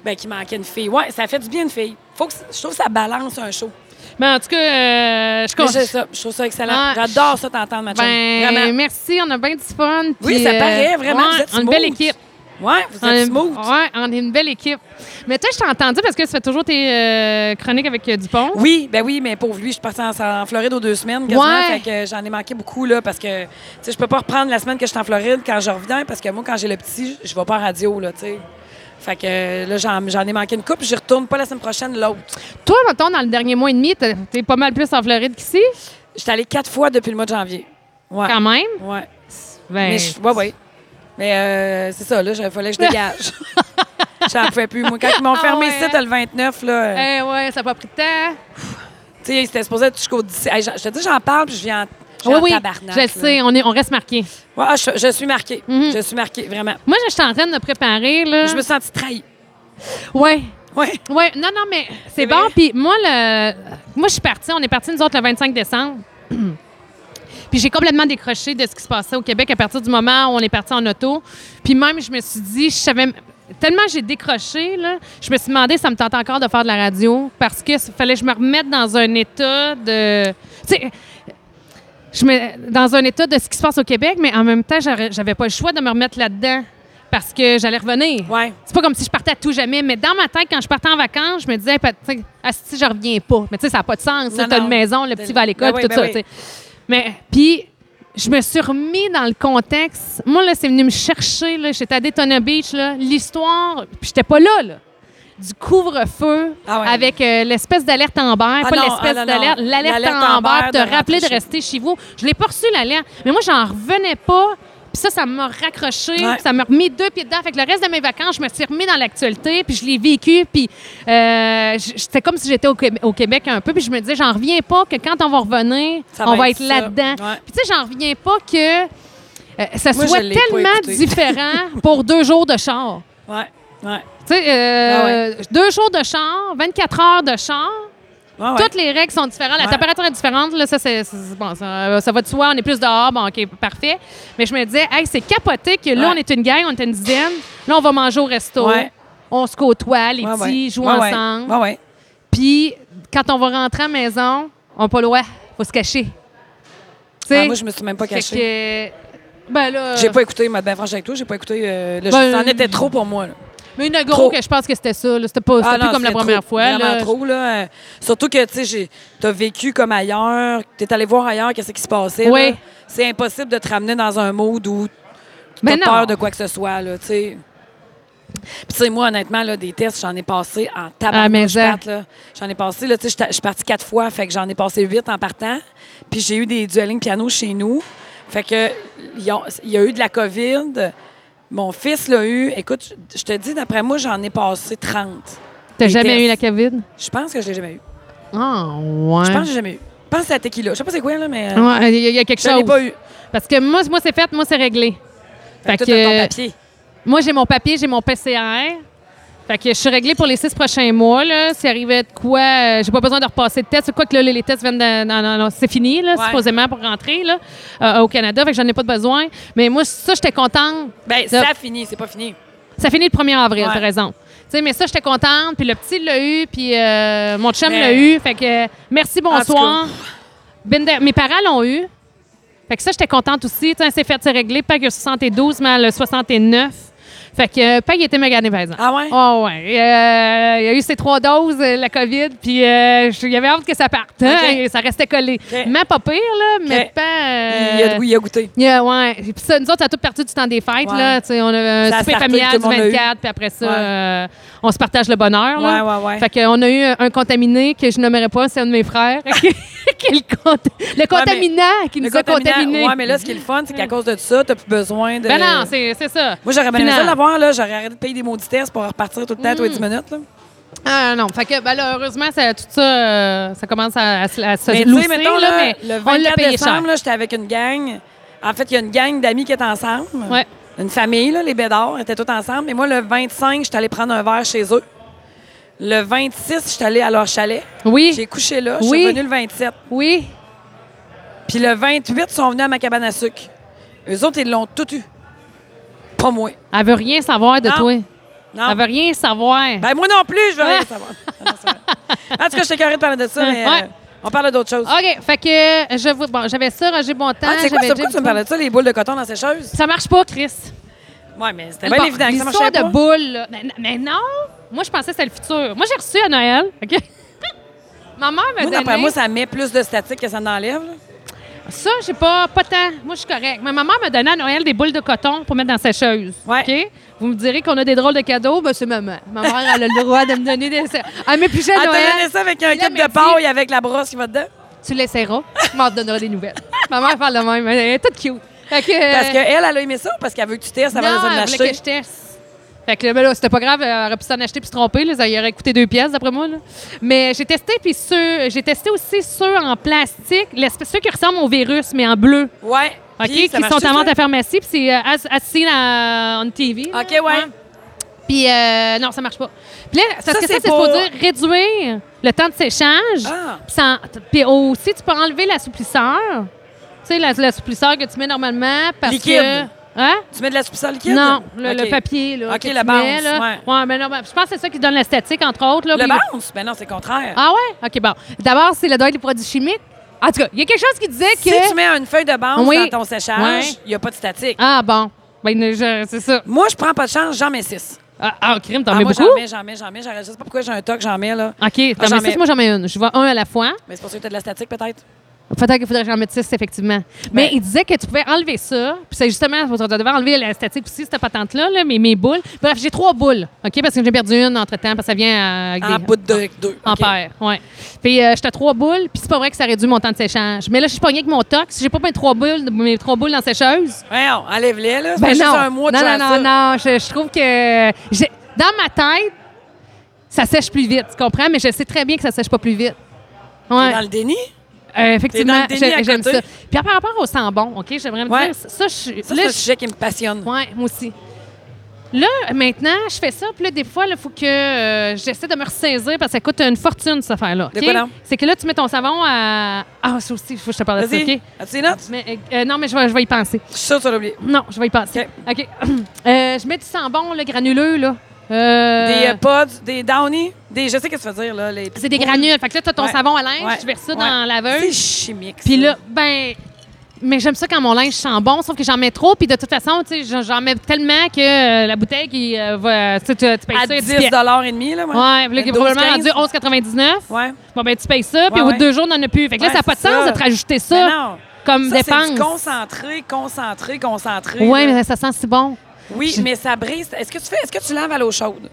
Ben, qu'il manquait une fille. Ouais, ça fait du bien une fille. Faut que... Je trouve que ça balance un show.
ben, en tout cas, euh, je
Mais
con-
c'est ça, je trouve ça excellent.
Ah,
J'adore ça t'entendre, ma chum.
Ben,
Vraiment.
merci, on a bien du fun.
Oui,
puis,
ça
euh,
paraît, vraiment.
ouais,
vous êtes
on est
smooth.
une belle équipe.
Ouais, vous
On est-
êtes smooth.
ouais, on est une belle équipe. Mais toi, je t'ai entendu parce que tu fais toujours tes euh, chroniques avec euh, Dupont.
Oui, ben oui, mais pour lui, je suis partie en, en Floride aux deux semaines quasiment,
Ouais.
fait que j'en ai manqué beaucoup là parce que tu sais je peux pas reprendre la semaine que je suis en Floride quand je reviens parce que moi quand j'ai le petit, je vais pas en radio là, tu sais. Fait que là j'en j'en ai manqué une coupe, je retourne pas la semaine prochaine l'autre.
Toi, mettons, dans le dernier mois et demi, t'es t'es pas mal plus en Floride qu'ici,
J'étais allée quatre fois depuis le mois de janvier. Ouais.
quand même.
Ouais.
Ben,
Mais je, ouais, ouais. Mais euh, c'est ça là, il fallait que je dégage. J'en pouvais plus. Moi, quand ils m'ont
Ah
fermé
ouais,
le site
hein?
le 29, là, euh,
eh ouais, ça n'a pas pris de temps.
tu sais, c'était supposé être jusqu'au 10. Hey, j'en- je te dis, j'en parle, puis je viens en, je viens
Oui,
en
oui,
tabarnak,
je le
là.
sais, on, est, on reste marqué.
Ouais, ah, je, je suis marquée.
Mhm.
Je suis marquée, vraiment.
Moi, je suis en train de me préparer, là.
Je me suis sentie trahie.
Ouais.
Ouais.
Oui, non, non, mais c'est
C'est
bon.
vrai.
Puis moi, le... moi, je suis partie. On est partis, nous autres, le 25 décembre. Puis j'ai complètement décroché de ce qui se passait au Québec à partir du moment où on est parti en auto. Puis même, je me suis dit, je savais... Tellement j'ai décroché, là, je me suis demandé ça me tente encore de faire de la radio parce que ça- fallait que je me remette dans un état de... Tu sais, je me, dans un état de ce qui se passe au Québec, mais en même temps, j'aurais- j'avais pas le choix de me remettre là-dedans parce que j'allais revenir.
Ouais.
C'est pas comme si je partais à tout jamais, mais dans ma tête, quand je partais en vacances, je me disais, Pat- t'sais, Ah, si je reviens pas. Mais tu sais, ça n'a pas de sens.
Non,
Tu as une
non.
maison, le petit va à l'école,
Ben oui,
tout
ben
ça.
oui.
t'sais. Mais puis, je me suis remis dans le contexte. Moi, là, c'est venu me chercher. là. J'étais à Daytona Beach, là. l'histoire. Puis, j'étais pas là, là. du couvre-feu
Ah ouais.
avec euh, l'espèce d'alerte Amber, pas
non,
l'espèce
ah non, non.
d'alerte, l'alerte
L'alerte
Amber,
Amber
te
de
rappeler de
rentrer
rester chez vous. Je l'ai pas reçu l'alerte, mais moi j'en revenais pas. Puis ça, ça m'a raccroché,
Ouais.
ça m'a remis deux pieds dedans. Fait que le reste de mes vacances, je me suis remis dans l'actualité, puis je l'ai vécu, puis euh, j- c'était comme si j'étais au, Québec- au Québec un peu, puis je me disais, j'en reviens pas que quand on va revenir,
Ça
on
va
va être
être ça.
là-dedans.
Ouais.
Puis tu sais, j'en reviens pas que euh, ça
Moi, je
soit
l'ai pas
tellement
écouté.
différent pour deux jours de char.
Ouais, ouais.
Tu sais, euh,
Ah ouais.
deux jours de char, 24 heures de char,
ouais, ouais.
toutes les règles sont différentes, la
Ouais.
température est différente, là, ça, c'est, c'est- bon, ça, ça va de soi, on est plus dehors, bon, OK, parfait. Mais je me disais, hey, c'est capoté que là,
Ouais.
on est une gang, on est une dizaine, là, on va manger au resto,
Ouais.
on se côtoie, les
Ouais, ouais.
petits jouent
Ouais, ouais.
ensemble.
Ouais, ouais.
Puis, quand on va rentrer à la maison, on n'a pas le droit, faut se cacher. Tu sais?
Ah, moi, je me suis même pas
Fait
cachée.
que, ben là,
J'ai pas écouté, ma ben franche avec toi, j'ai pas écouté. euh, là,
Ben,
je- ça en était trop pour moi. là.
mais une gros
Trop.
que je pense que c'était ça, là, c'était pas, c'était
Ah
plus
non,
comme la
c'était
première
trop,
fois.
Vraiment
là.
trop, là. Euh, Surtout que, tu sais, j'ai- t'as vécu comme ailleurs, t'es allé voir ailleurs qu'est-ce qui se passait.
Oui.
là. C'est impossible de te ramener dans un mode où t'as
Ben non.
peur de quoi que ce soit, là, tu sais. Puis, tu sais, moi, honnêtement, là, des tests, j'en ai passé en
Ah, mais
tabarnouche,
ça.
Pat, là. J'en ai passé, là, tu sais, j'étais- je suis partie quatre fois, fait que j'en ai passé huit en partant. Puis, j'ai eu des dueling piano chez nous. Fait que, ils ont- il y a eu de la COVID. Mon fils l'a eu. Écoute, je- je te dis, d'après moi, j'en ai passé 30.
T'as
Des
jamais eu la
tests.
COVID?
Je pense que je l'ai jamais eu.
Ah, ouais.
Je pense que j'ai jamais eu. Je pense que c'est la tequila. Je sais pas c'est quoi, là, mais euh,
Ouais, Il y, a- il y a quelque
je l'ai
chose.
pas eu.
Parce que moi, moi c'est fait, moi, c'est réglé. Fait
Tout
que,
dans ton
euh,
papier.
moi, j'ai mon papier, j'ai mon PCR. Fait que je suis réglée pour les six prochains mois. Là. Si arrivait de quoi, euh, j'ai pas besoin de repasser de test. Quoi que là, les tests viennent de. Non, non, non, c'est fini, là,
Ouais.
supposément, pour rentrer là, euh, au Canada. Fait que j'en ai pas de besoin. Mais moi, ça, j'étais contente.
Ben,
de-
ça finit, c'est pas fini.
ça finit le 1er avril,
Ouais.
t'as raison. Tu sais, mais ça, j'étais contente. Puis le petit l'a eu, puis euh, mon chum
Mais-
l'a eu. Fait que euh, merci,
tout
bonsoir. Binder- mes parents l'ont eu. Fait que ça, j'étais contente aussi. Tu sais, c'est fait, c'est réglé. Pag a 72, mais elle a 69. Fait que euh, Pag il était magané, par exemple.
Ah ouais?
Oh ouais. Euh, il a eu ses trois doses, euh, la COVID, puis euh, je- il avait hâte que ça parte. hein,
Ok.
et ça restait collé.
Ok.
Mais pas pire, là, mais
Ok.
pas... euh,
Il, y a, oui, il a goûté.
Yeah, ouais. Puis ça, nous autres, ça a tout parti du temps des fêtes.
Ouais.
Là, Tu sais, on a
Ça
un
a
souper
starté,
familial du
tout le monde l'a eu.
24, puis après ça,
Ouais.
euh, on se partage le bonheur. là.
Ouais, ouais, ouais.
Fait qu'on a eu un- un contaminé que je nommerai pas, c'est un de mes frères. qui- qui est le, cont- le contaminant qui nous a
contaminant-
contaminés. Mm.
Ouais, mais là, ce qui est le fun, c'est qu'à cause de ça, t'as plus besoin de.
Ben non, c'est c'est ça.
Moi, j'aurais bien aimé
Final.
ça l'avoir, là. J'aurais arrêté de payer des maudits tests pour repartir tout le temps, tous
Mm.
les 10 minutes, là.
Ah non, fait que ben là, heureusement, ça, tout ça, euh, ça commence à, à se- à se
Mais tu
lousser,
sais, mettons,
là,
là,
mais
le
on l'a
24
payé cher.
décembre, là, j'étais avec une gang. En fait, il y a une gang d'amis qui est ensemble.
Ouais.
Une famille, là, les Bédards, étaient tous ensemble. Mais moi, le 25, j'étais allée prendre un verre chez eux. Le 26, j'étais allée à leur chalet. J'ai
Oui,
couché là. Je
Oui.
suis revenue le 27.
oui.
Puis le 28, ils sont venus à ma cabane à sucre. Eux autres, ils l'ont tout eu. Pas moi.
Elle veut rien savoir de
Non.
toi.
Non.
Elle veut rien savoir.
Ben, moi non plus, je veux
Ouais.
rien savoir. Ah, Non, c'est vrai. en tout cas, j'étais carré de parler de ça, mais euh,
Ouais.
on parle d'autre chose.
OK, fait que euh, je vous, bon, j'avais ça, Roger Bontemps.
Ah, tu sais quoi,
j'avais
c'est pourquoi
Jim
tu me parlais de ça, les boules de coton dans ces choses?
Ça marche pas, Chris.
Ouais, mais c'était bien évident que ça marchait
L'histoire
pas.
de boule, là. Mais, mais non! Moi, je pensais que c'était le futur. Moi, j'ai reçu à Noël, OK? Ma mère m'a
Moi,
donné...
d'après moi, ça met plus de statique que ça n'enlève.
Ça, j'ai pas, pas tant. Moi, je suis correcte. Mais ma mère m'a donné à Noël des boules de coton pour mettre dans sa sécheuse.
Ouais.
OK? Vous me direz qu'on a des drôles de cadeaux? Ben, c'est maman. Ma mère, elle a le droit de me donner des... Elle m'épluchait à
Elle t'a
Noël.
Ah, donné ça avec un
Puis là,
kit
elle m'a
de
dit-
paille avec la brosse qui va dedans?
Tu l'essaieras. Je m'en donnerai des nouvelles. Ma mère parle le même. Elle est toute cute. Fait que...
Parce qu'elle, elle a aimé ça ou parce qu'elle veut que tu testes avant
Euh. non,
de
elle voulait
l'acheter?
que je teste. Fait que là, ben là, c'était pas grave, elle aurait pu s'en acheter puis se tromper. Là, ça y aurait coûté deux pièces, d'après moi. là. Mais j'ai testé, puis ceux, j'ai testé aussi ceux en plastique, l'espèce- ceux qui ressemblent au virus, mais en bleu.
Ouais.
OK?
Puis,
qui
ça
sont
marche-tu,
à vente
ça?
à pharmacie, puis c'est euh, as- as seen, euh, on TV. là.
OK, ouais.
Puis euh, non, ça marche pas. Puis là, parce
Ça,
que ça,
c'est
c'est pour
pour-
dire réduire le temps de séchage.
Ah.
Puis ça- Puis aussi, tu peux enlever l'assouplisseur. Tu sais, la- l'assouplisseur que tu mets normalement parce
Liquide.
que... Hein?
Tu mets de la substance liquide?
Non, le, le
OK.
papier. Là,
OK,
que
la
tu
bounce,
mets, là.
ouais.
Ouais, mais non, ben, je pense que c'est ça qui donne la statique, entre autres. Là,
Le
puis-
bounce? Ben non, c'est le contraire.
Ah ouais? OK, bon. D'abord, c'est le doigt des produits chimiques. En tout cas, il y a quelque chose qui disait que...
Si tu mets une feuille de bounce
Oui.
dans ton séchage, il
Ouais.
n'y a pas de statique.
Ah bon. Ben, je- c'est ça.
Moi, je prends pas de chance, j'en mets six.
Ah, ah, crime, t'en
Ah,
mets
moi,
beaucoup?
j'en mets, j'en mets, j'en mets. j'en- Je sais pas pourquoi j'ai un toc, j'en mets, là.
OK,
Ah,
t'en
j'en
mets six,
mets.
moi j'en mets une. Je vois un à la fois.
Mais c'est pour ça que t'as de la statique, peut-être?
Peut-être qu'il faudrait que j'en mette 6, effectivement. Mais
Ben-
il disait que tu pouvais enlever ça. Puis c'est justement, tu devais enlever la statique aussi, cette patente-là, là, mais mes boules. Bref, j'ai trois boules, OK? Parce que j'ai perdu une entre-temps, parce que ça vient à... avec
En
des-
bout de deux.
en
OK.
paire, ouais. Puis euh, j'étais trois boules, puis c'est pas vrai que ça réduit mon temps de séchage. Mais là, je suis pognée avec mon tox. J'ai pas mes trois boules, mes trois boules dans la sécheuse.
Voyons, enlève-les, là. Ça
Ben
fait
non.
juste un mois de
non,
faire
non,
ça.
non, non. Je, je trouve que j'ai- dans ma tête, ça sèche plus vite, tu comprends? Mais je sais très bien que ça sèche pas plus vite.
T'es
Ouais.
Dans le déni?
Euh, effectivement,
T'es dans le déni
j'ai-
à
j'aime
côté.
ça. Puis par rapport au sang bon, OK, j'aimerais me
Ouais.
dire, ça, je suis.
Ça,
là,
c'est un
je-
sujet qui me passionne.
Ouais, moi aussi. Là, maintenant, je fais ça, puis là, des fois, il faut que euh, j'essaie de me ressaisir parce que ça coûte une fortune, cette affaire-là.
De
OK?
quoi donc?
C'est que là, tu mets ton savon à. Ah, ça aussi, il faut que je te parle de ça,
Vas-y.
OK?
As-tu des notes?
Mais, euh, euh, non, mais je vais, je vais y penser.
Je suis sûre que tu l'as oublié.
Non, je vais y penser.
OK.
OK. Euh, je mets du sambon, le granuleux, là. Euh,
Des euh, pods, des downy, des. Je sais qu'est-ce que tu veux dire, là. Les
C'est des granules. Fait que là, tu as ton
Ouais.
savon à linge,
Ouais.
tu verses ça
Ouais.
dans la
C'est
laveuse.
chimique.
Puis
ça.
là, ben. Mais j'aime ça quand mon linge sent bon, sauf que j'en mets trop, puis de toute façon, tu sais, j'en- j'en mets tellement que euh, la bouteille qui euh, va. Tu sais, tu- tu payes
à
ça
10
10
et demi, là,
Ouais, puis là, qui est
12,
probablement
15.
rendu 11,99.
Ouais.
Bon, ben, tu payes ça, puis
Ouais,
au bout
ouais.
de deux jours, on n'en a plus. Fait que là,
Ouais,
ça n'a pas de
c'est
sens
ça.
de te rajouter
Mais
ça
non.
comme
Ça, c'est du
dépense.
concentré, concentré, concentré.
Oui,
là.
mais ça sent si bon.
Oui, mais ça brise. Est-ce que tu fais, est-ce que tu laves à l'eau chaude?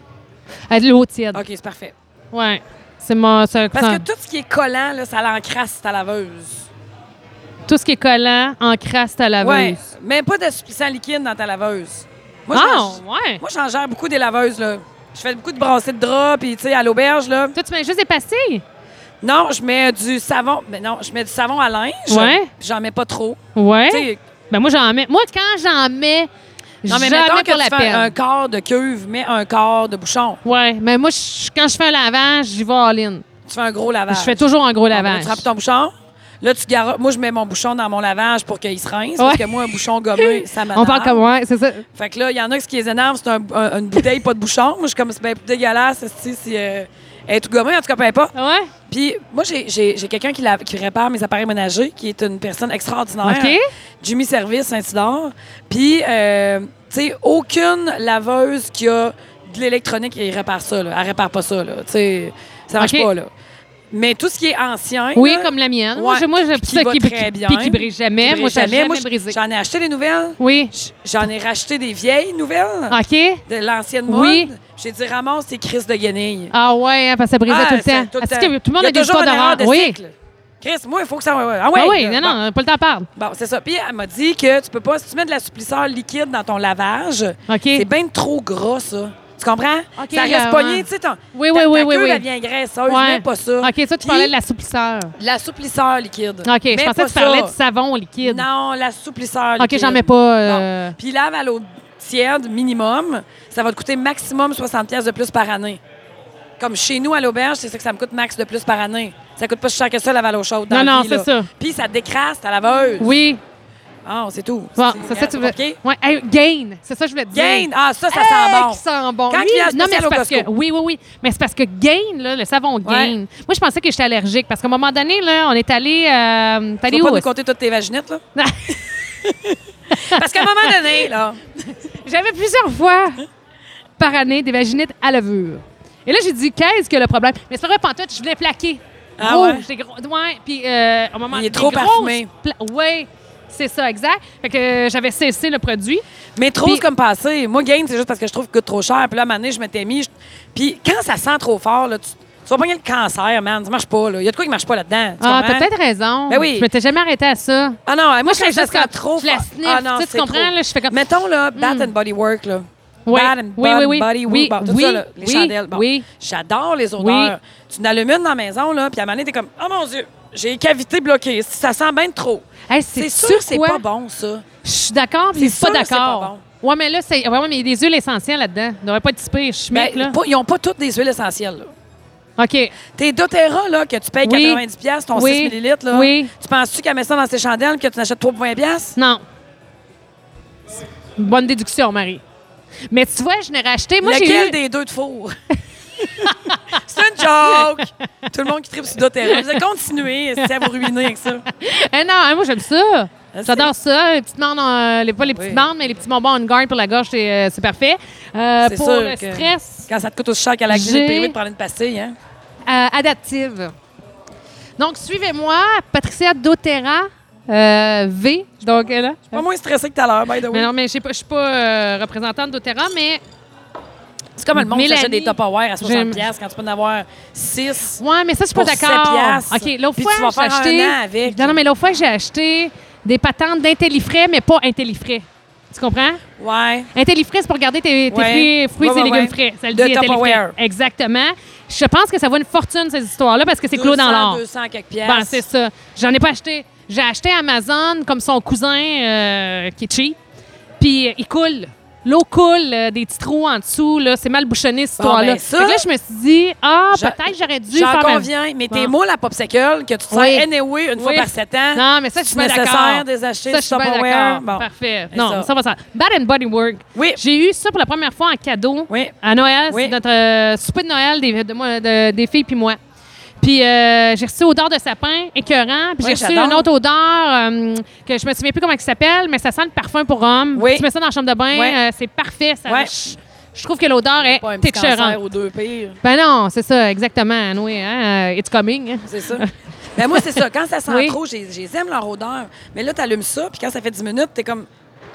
À de l'eau tiède.
OK, c'est parfait.
Ouais. C'est mon. ça-
Parce
ça-
que tout ce qui est collant, là, ça l'encrasse ta laveuse.
tout ce qui est collant, encrasse ta laveuse.
Ouais. Mais pas de supplissant liquide dans ta laveuse. Moi,
ah,
j'en-
ouais.
moi, j'en gère beaucoup des laveuses, là. Je fais beaucoup de brassées de draps, puis, tu sais, à l'auberge, là.
Toi, tu mets juste des pastilles?
Non, je mets du savon. Mais non, je mets du savon à linge.
Ouais.
Puis j'en mets pas trop.
Ouais.
Tu sais,
Ben, moi, j'en mets. Moi, quand j'en mets,
non,
j'en
mais
mets
mettons
pour
que
la
tu fais
peine.
un quart de cuve, mets un quart de bouchon.
Ouais, mais moi, je- quand je fais un lavage, j'y vais all-in.
Tu fais un gros lavage.
Je fais toujours un gros
Bon, ben,
lavage.
Tu frappes ton bouchon. Là, tu garottes. Moi, je mets mon bouchon dans mon lavage pour qu'il se rince. Parce
Ouais.
que moi, un bouchon gommé, ça m'énerve.
On parle comme, ouais, c'est ça.
Fait que là, il y en a qui- ce qui les énerve, c'est un- un- une bouteille, pas de bouchon. Moi, je suis comme, c'est bien plus dégueulasse, si euh, elle est tout gommée, en tout cas, peu importe.
Ouais?
Puis moi, j'ai- j'ai j'ai quelqu'un qui, lave- qui répare mes appareils ménagers, qui est une personne extraordinaire.
OK.
Jimmy Service, Saint-Hilaire. Puis, euh, tu sais, aucune laveuse qui a de l'électronique, elle répare ça, là. Elle répare pas ça, là. Tu sais, ça marche
OK.
pas, là. Mais tout ce qui est ancien.
Oui,
là,
comme la mienne.
Ouais.
Moi, j'ai- moi, j'aime
Qui
ça
va
qui,
très
qui-
bien.
puis qui brise jamais.
brisent
moi, ça jamais,
Moi,
jamais
je-
brisé.
J'en ai acheté des nouvelles.
Oui.
J- J'en ai racheté des vieilles nouvelles
OK.
de l'ancienne mode.
Ah. Oui.
J'ai dit, ramasse tes crises de guenilles.
Ah ouais, hein, parce que ça brisait
Ah,
tout le
c'est
temps.
tout le
Est-ce
temps.
que tout le monde
Il y
a, des
toujours
histoires
une erreur de
d'horreur? Oui.
cycle. Chris, moi, il faut que ça. Ah ouais,
ah oui,
là,
non, non, pas le temps de parler.
Bon, c'est ça. Puis elle m'a dit que tu peux pas, si tu mets de l'assouplisseur liquide dans ton lavage,
OK.
c'est bien trop gras, ça. Tu comprends?
OK,
ça
là,
reste pogné,
ouais.
tu sais, ton,
Oui,
ta,
oui,
ta
oui,
queue,
oui, oui.
elle vient graisseuse, mais pas ça.
OK, ça, tu
Puis
parlais de l'assouplisseur.
L'assouplisseur liquide.
OK,
Mets
je pensais
pas
que tu parlais
ça.
du savon liquide.
Non, l'assouplisseur
OK,
liquide.
j'en mets pas,
Bon.
euh,
Puis lave à l'eau tiède, minimum. Ça va te coûter maximum 60 pièces de plus par année. Comme chez nous, à l'auberge, c'est ça que ça me coûte max de plus par année. Ça coûte pas si cher que ça, lave à l'eau chaude. dans
Non,
la
non,
vie,
c'est
là.
ça.
Puis ça décrasse ta laveuse.
Oui.
Ah, c'est tout.
Bon,
C'est-
c'est ça que tu veux.
OK.
Ouais, hey, gain, c'est ça que je voulais te dire.
Gain! Ah, ça, ça
Hey,
sent bon.
qui sent bon.
Quand
Oui,
il y a un
non, mais
spécial
c'est
au
parce que
Costco.
oui oui oui, mais c'est parce que gain là, le savon gain. Moi je pensais que j'étais allergique parce qu'à un moment donné là, on est allé euh, t'es allé
Tu vas
où?
pas nous compter toutes tes vaginettes, là? Parce qu'à un moment donné, là,
J'avais plusieurs fois par année des vaginites à levure. Et là, j'ai dit, qu'est-ce que le problème? Mais c'est pas vrai, pantoute, je voulais plaquer.
Ah
Rouge,
ouais?
des gros, ouais, puis euh, à un moment
Il est
des
trop
grosses
parfumé.
pla- ouais, c'est ça, exact. Fait que euh, j'avais cessé le produit.
mais trop,
Puis-
c'est comme passé. Moi, gain, c'est juste parce que je trouve que coûte trop cher. Puis là, à un moment donné, je m'étais mis. je- Puis quand ça sent trop fort, là, tu, tu vas pogner le cancer, man. Ça marche pas, là. Il y a de quoi qui marche pas là-dedans. Tu
Ah, t'as
comprends?
peut-être raison.
Ben oui.
Je m'étais jamais arrêtée à ça.
Ah non, moi, je
je
fais
fais
juste
ça,
quand trop
je la
fort.
sniffe,
Ah non,
tu sais, tu
c'est
comprends,
trop.
là, je fais comme- Mm.
Mettons, là, Bath and Body Work, là.
Oui.
Bath and
Oui, oui,
Body,
oui.
Body Work,
Oui,
bon, tout
oui,
ça, là, les
oui,
chandelles. Bon.
oui.
J'adore les odeurs. Tu n'allumes une dans la maison, là, puis à un moment donné, t'es comme, oh mon Dieu, j'ai une cavité bloquée. Ça sent bien trop.
Hey,
C'est
c'est
sûr que c'est
quoi?
pas bon, ça.
Je suis d'accord, mais
C'est
c'est pas
sûr que c'est
d'accord.
pas
Ouais, mais là, c'est. Ouais, ouais, mais il y a des huiles essentielles là-dedans. Il devrait pas être typé, je suis
Ben,
là.
pas- ils n'ont pas toutes des huiles essentielles. là.
OK.
Tes doTERRA, là, que tu payes
Oui.
90$, piastres, ton
Oui.
6 ml, là,
Oui.
tu penses-tu qu'elle met ça dans ses chandelles que tu n'achètes 3,20$? piastres?
Non. Bonne déduction, Marie. Mais tu vois, je n'ai racheté. Moi, j'ai
Lequel
eu...
des deux de four? c'est une joke! Tout le monde qui tripe sur doTERRA. Vous allez continuer si ça vous ruiner avec ça.
Eh non, hein, moi, j'aime ça.
Ah,
J'adore ça. Les petites bandes, euh, les, pas les petites
Oui.
bandes, mais les petits bonbons en garde pour la gorge, c'est euh, c'est parfait. Euh,
C'est
pour
sûr
le
que-
stress,
Quand ça te coûte aussi cher qu'à la
J'ai-
clinique, de prendre une pastille. Hein?
euh, adaptive. Donc, suivez-moi, Patricia Dotera euh, V. Donc, elle
Je suis pas moins stressée que tout à l'heure, by the
Mais
way.
non, mais je sais pas- je suis pas euh, représentante d'Otera, mais
C'est comme le monde qui
Mélanie,
achète des Tupperware à 60
j'aime-
piastres quand tu peux en avoir 6.
Ouais, mais ça, je suis pas
Pour
d'accord.
7 piastres.
OK, l'autre
Puis
fois,
tu vas
j'ai
faire un
acheté.
an avec.
Non, non, mais l'autre fois, j'ai acheté des patentes d'intellifrais, mais pas intellifrais. Tu comprends?
Ouais.
Intellifrais, c'est pour garder tes, tes
Ouais.
fruits, fruits et
Ouais, ouais,
légumes
ouais.
frais. Ça le
De
dit,
Tupperware.
intellifrais. Exactement. Je pense que ça vaut une fortune, ces histoires-là, parce que c'est clos dans
200,
l'or.
200 quelques
Ben,
piastres.
c'est ça. J'en ai pas acheté. J'ai acheté Amazon comme son cousin euh, qui est cheap. Puis euh, il coule. L'eau coule, euh, des petits trous en dessous. là. C'est mal bouchonné, cette
Bon,
histoire-là.
ben, ça-
Fait que là, je me suis dit, ah,
J'en-
peut-être j'aurais dû
J'en
faire ma-
conviens, mais tes
Bon.
moules à popsicle que tu te sers
Oui.
anyway une fois
Oui.
par 7 ans.
Non, mais ça, je suis
c'est
pas d'accord.
nécessaire de les acheter
Ça,
du
je suis pas
Tupperware.
d'accord.
Bon.
Parfait.
C'est
Non,
ça.
ça. va ça. Bad and Body Work.
Oui.
J'ai eu ça pour la première fois en cadeau
Oui.
à Noël.
Oui.
C'est notre euh, souper de Noël des, de moi- de- des filles puis moi. Puis euh, j'ai reçu odeur de sapin, écœurant. Puis
Oui,
j'ai reçu
j'adore.
une autre odeur euh, que je me souviens plus comment elle s'appelle, mais ça sent le parfum pour homme.
Oui.
Tu mets ça dans la chambre de bain,
Oui.
euh, c'est parfait. Ça,
Ouais.
je, je trouve que l'odeur est
Pas un petit cancer
écœurante.
ou deux pires.
Ben non, c'est ça, exactement. Oui, hein, euh, it's coming.
C'est ça. Ben moi, c'est ça. Quand ça sent
Oui.
trop, j'ai- j'ai- j'aime leur odeur. Mais là, t'allumes ça, puis quand ça fait 10 minutes, t'es comme,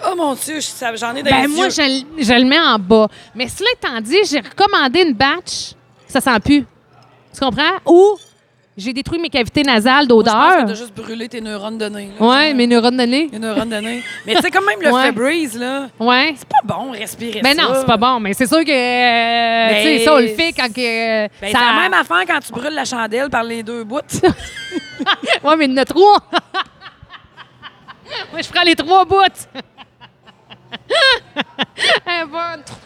oh mon Dieu, je- ça- j'en ai dans
Ben
les
moi,
yeux.
je, l- je le mets en bas. Mais cela étant dit, j'ai recommandé une batch, ça sent plus. Tu comprends? Ou j'ai détruit mes cavités nasales
Moi, je pense que
d'odeur.
t'as juste brûlé tes neurones de nez. là.
Ouais, mes neurones de nez.
Les neurones de nez. Mais tu sais, quand même, le
Ouais.
Febreze, là,
Ouais.
c'est pas bon respirer
Ben
ça.
non, c'est pas bon, mais c'est sûr que euh, tu sais ça on le fait quand que euh,
Ben, c'est
ça
la même affaire quand tu brûles la chandelle par les deux bouts.
Ouais, mais il y en a trois. Moi je prends les trois bouts. Un bon trois.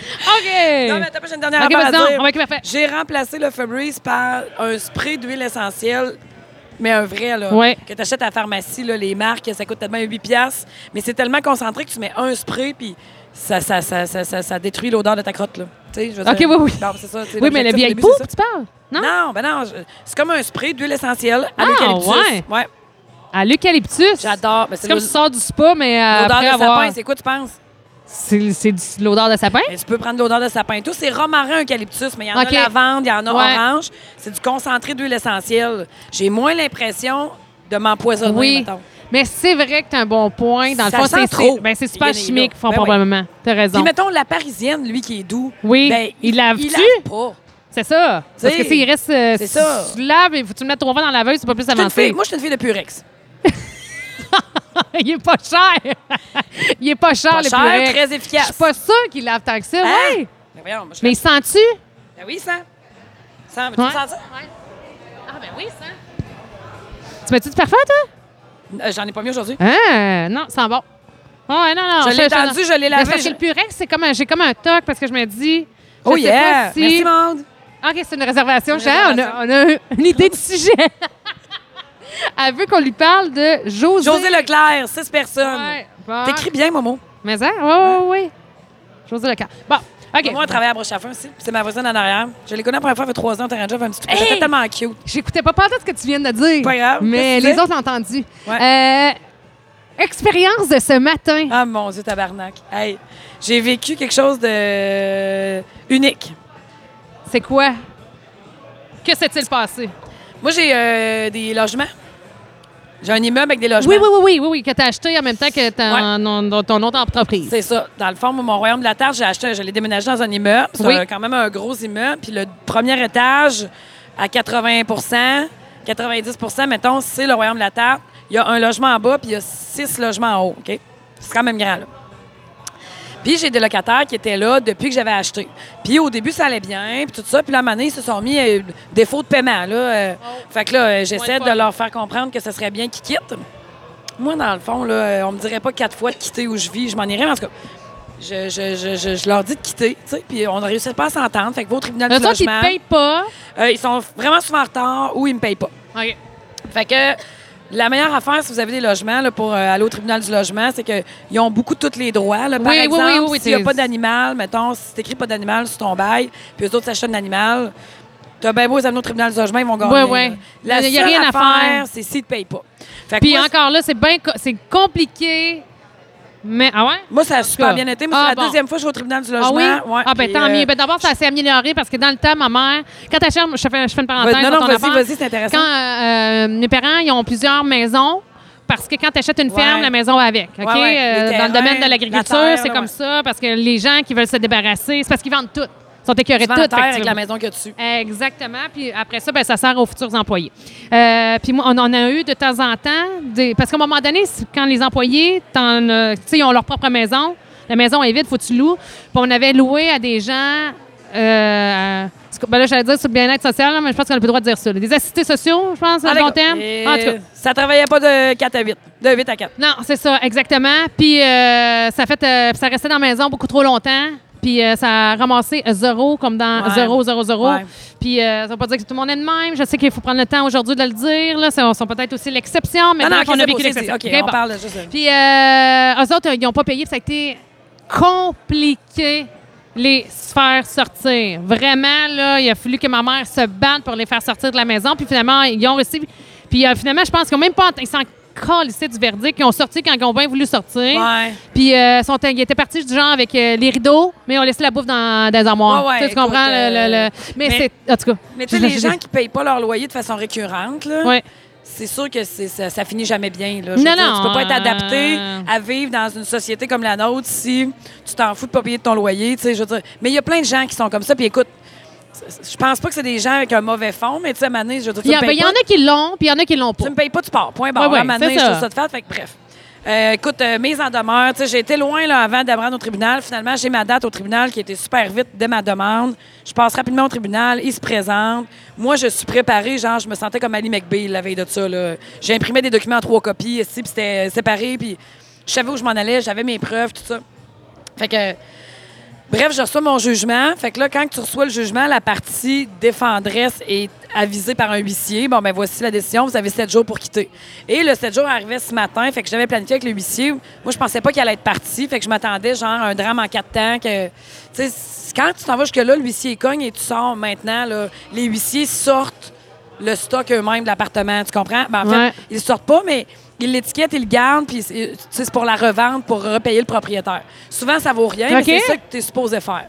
OK.
Non, mais t'as pas, j'ai une dernière
OK,
affaire à
vas-y donc.
dire.
OK, parfait.
J'ai remplacé le Febreze par un spray d'huile essentielle, mais un vrai, là,
Ouais.
que t'achètes à la pharmacie, là, les marques, ça coûte tellement 8 piastres, mais c'est tellement concentré que tu mets un spray, puis ça, ça, ça, ça, ça, ça détruit l'odeur de ta crotte, là. Tu sais, je veux
OK,
dire-
oui, oui.
Non, c'est ça. tu sais,
oui, mais
l'objectif
la
au
vieille
début, c'est
poupe,
ça.
tu parles? Non?
Non, ben non, je- c'est comme un spray d'huile essentielle à
Ah,
l'eucalyptus.
ouais.
Ouais,
À l'eucalyptus.
j'adore. Ben, c'est
C'est comme
l'ode-
si tu sors du spa, mais euh,
l'odeur
après
de
avoir...
sapin, c'est quoi tu penses?
C'est c'est du- l'odeur de sapin?
Mais tu peux prendre l'odeur de sapin et tout. C'est romarin eucalyptus, mais il y en
OK.
a lavande, il y en a
Ouais.
orange. C'est du concentré d'huile essentielle. J'ai moins l'impression de m'empoisonner,
Oui.
Euh, mettons.
Mais c'est vrai que t'as un bon point. Dans
Ça
le fond,
sent
c'est
trop.
c'est- Ben, c'est
Il y
super
en a, il y en a.
chimique, font
Ben oui.
probablement. T'as
Puis
raison.
mettons la parisienne, lui, qui est doux. ben,
Oui. Il lave-tu?
Il lave pas.
C'est ça.
T'sais,
Parce que s'il reste. euh,
c'est
si
ça.
Tu laves et faut que tu le mettes trois fois dans la laveuse, c'est pas plus
Je suis une fille-
avancé.
Moi, je suis une fille de Purex.
Il est pas cher. Il est pas cher,
Pas
le
cher,
Purex.
très efficace.
Je suis pas sûre qu'il lave tant que ça.
Hein?
Ouais.
Ben voyons, moi, je
Mais
Mais...
il sent-tu?
Ben oui, ça. Ça, veux-tu
Ouais.
me sentir?
Ah, ben oui, ça. Tu mets-tu du parfum, toi?
Euh, J'en ai pas mis aujourd'hui.
Hein? Non, ça sent bon. Ah ouais, non, non.
Je l'ai tendu, je l'ai
Mais
lavé,
c'est Parce
je-
que le Purex, c'est comme un- j'ai comme un toc parce que je me dis. Je
oh
sais
yeah!
Pas si...
Merci, monde.
OK, c'est une réservation.
C'est une
Jean, on a- on a, une idée de sujet. Elle veut qu'on lui parle de José.
José Leclerc, six personnes.
Ouais, bon.
T'écris bien, Momo.
Mais hein? ça? Oui, oui, oui. José Leclerc. Bon, OK.
Moi, on travaille à broche à feu aussi. C'est ma voisine en arrière. Je l'ai connue la première fois, elle fait trois ans, Terrain Job, un petit truc. Elle était
Hey!
tellement cute.
J'écoutais pas pas tout ce que tu viens de dire.
Pas grave.
Mais
Qu'est-ce que tu
les
dis?
autres l'ont entendu.
Ouais.
Euh, expérience de ce matin.
Ah mon Dieu, tabarnak. Hey, j'ai vécu quelque chose de unique.
C'est quoi? Que s'est-il passé?
Moi, j'ai euh, des logements. J'ai un immeuble avec des logements.
Oui, oui, oui, oui, oui, oui, que t'as acheté en même temps que ton, ton- ton autre entreprise.
C'est ça. Dans le fond, moi, mon royaume de la terre, j'ai acheté, je l'ai déménagé dans un immeuble. C'est
Oui.
un- quand même un gros immeuble. Puis le premier étage, à 80 90 mettons, c'est le royaume de la terre. Il y a un logement en bas, puis il y a six logements en haut. OK? C'est quand même grand, là. Puis j'ai des locataires qui étaient là depuis que j'avais acheté. Puis au début, ça allait bien, puis tout ça. Puis la année, ils se sont mis euh, défaut de paiement. Là, euh, Fait que là, euh, j'essaie de leur faire comprendre que ce serait bien qu'ils quittent. Moi, dans le fond, là, euh, on me dirait pas quatre fois de quitter où je vis. Je m'en irais, mais en tout cas, je, je- je- je- je leur dis de quitter, tu sais, puis on ne réussit pas à s'entendre. Fait que vos tribunaux
Le
de
toi qui
logement,
ne paye pas.
euh, ils sont vraiment souvent en retard ou ils me payent pas.
OK.
Fait que la meilleure affaire, si vous avez des logements, là, pour euh, aller au tribunal du logement, c'est qu'ils ont beaucoup tous les droits. Là. Par
Oui, oui, oui,
exemple,
oui, oui,
s'il n'y
t'es-
a pas d'animal, mettons, si t'écris pas d'animal sur ton bail, puis eux autres s'achètent un animal, t'as bien beau les amener au tribunal du logement, ils vont gagner.
Ouais,
là.
ouais.
La
Il y a
seule
rien à
affaire,
faire.
c'est s'ils ne te payent pas. Fait que
Puis
moi,
encore là, c'est bien co- c'est compliqué Mais, ah ouais?
Moi, ça a super
cas.
bien été. Moi,
Ah,
c'est la
bon.
deuxième fois que je vais au tribunal du logement.
Ah oui?
Ouais,
ah, ben
puis,
tant
euh,
mieux. Ben, d'abord, ça s'est amélioré parce que dans le temps, ma mère. Quand ta chambre, je fais, je fais une parenthèse.
non,
dans
non,
ton
vas-y,
affaire.
vas-y, c'est intéressant.
Quand euh, euh, mes parents, ils ont plusieurs maisons. Parce que quand tu achètes une
Ouais.
ferme, la maison va avec. OK?
Ouais, ouais.
Euh,
Les
dans le
terrains,
domaine de l'agriculture,
la terre,
c'est
là,
comme
ouais.
ça. Parce que les gens qui veulent se débarrasser, c'est parce qu'ils vendent tout. Ils sont écœurés
tu
de
vas
tout.
en terre
fait que tu
avec
veux-
la maison que tu.
Exactement. Puis après ça, ben, ça sert aux futurs employés. Euh, puis moi, on en a eu de temps en temps. Des... Parce qu'à un moment donné, c'est- quand les employés, t'en, euh, tu sais, ils ont leur propre maison, la maison est vide, faut que tu loues. Puis on avait loué à des gens. Euh, à- ben là, j'allais dire sur le bien-être social, là, mais je pense qu'on a plus le droit de dire ça. là. Des assistés sociaux, je pense, à long
Ah, d'accord.
terme.
Et
En tout cas.
Ça travaillait pas de 4 à 8. De 8 à 4.
Non, c'est ça, exactement. Puis euh, ça fait, euh, ça restait dans la maison beaucoup trop longtemps. Puis euh, ça a ramassé zéro, comme dans
Ouais.
zéro, zéro, zéro.
Ouais.
Puis euh, ça veut pas dire que tout le monde est de même. Je sais qu'il faut prendre le temps aujourd'hui de le dire. Là, ça- sont peut-être aussi l'exception, mais
Non, non,
bref,
ok,
on a
c'est
vécu
beau, c'est dit.
l'exception.
OK,
Ok,
on
bon.
parle de juste de-
Puis euh, eux autres, euh, ils n'ont pas payé, puis ça a été compliqué les faire sortir. Vraiment, là, il a fallu que ma mère se batte pour les faire sortir de la maison. Puis finalement, ils ont réussi. Puis euh, finalement, je pense qu'ils ont même pas... ent- Ils s'en calissaient du verdict. Ils ont sorti quand ils ont bien voulu sortir.
Ouais.
Puis euh, sont, ils étaient partis du genre avec euh, les rideaux, mais on laissait la bouffe dans, dans les armoires.
Ouais, ouais,
tu, sais, tu
écoute,
comprends? le- le- le-
euh,
Mais,
mais-
c'est... En tout cas...
Mais tu sais,
je-
les
je-
gens qui payent pas leur loyer de façon récurrente, là,
Ouais.
c'est sûr que c'est- ça, ça finit jamais bien. Là. Je veux
Non,
dire,
non,
tu peux pas être
euh,
adapté à vivre dans une société comme la nôtre si tu t'en fous de pas payer de ton loyer. tu sais, Je veux dire. Mais il y a plein de gens qui sont comme ça. Puis écoute, c- c- je pense pas que c'est des gens avec un mauvais fond, mais tu sais, à un moment donné, je veux dire, tu
Il y, a-
me
ben,
payes
il y en
pas,
a qui l'ont, puis il y en a qui l'ont pas.
tu me payes pas, tu pars. Point barre.
Ouais, ouais,
à un moment
c'est
donné, je
ça.
trouve ça de fait. fait que bref. Euh, écoute, euh, mise en demeure. tu sais, J'ai été loin là, avant de me rendre au tribunal. Finalement, j'ai ma date au tribunal qui était super vite dès ma demande. Je passe rapidement au tribunal. Il se présente. Moi, je suis préparée. Genre, je me sentais comme Ali McBeal la veille de ça. là. J'ai imprimé des documents en trois copies. ici, Puis c'était euh, séparé. Puis je savais où je m'en allais. J'avais mes preuves, tout ça. Fait que... Bref, je reçois mon jugement. Fait que là, quand tu reçois le jugement, la partie défendresse est avisée par un huissier. Bon, ben voici la décision. Vous avez sept jours pour quitter. Et le sept jours arrivait ce matin. Fait que j'avais planifié avec le huissier. Moi, je pensais pas qu'il allait être parti. Fait que je m'attendais, genre, à un drame en quatre temps. Que, tu sais, c- quand tu t'en vas jusque-là, l'huissier cogne et tu sors maintenant, là, les huissiers sortent le stock eux-mêmes de l'appartement. Tu comprends? Ben, en fait,
Ouais.
ils sortent pas, mais ils l'étiquettent, ils le gardent, puis c'est tu sais, c'est pour la revente, pour repayer le propriétaire. Souvent, ça vaut rien,
OK.
mais c'est ça que tu es supposé faire.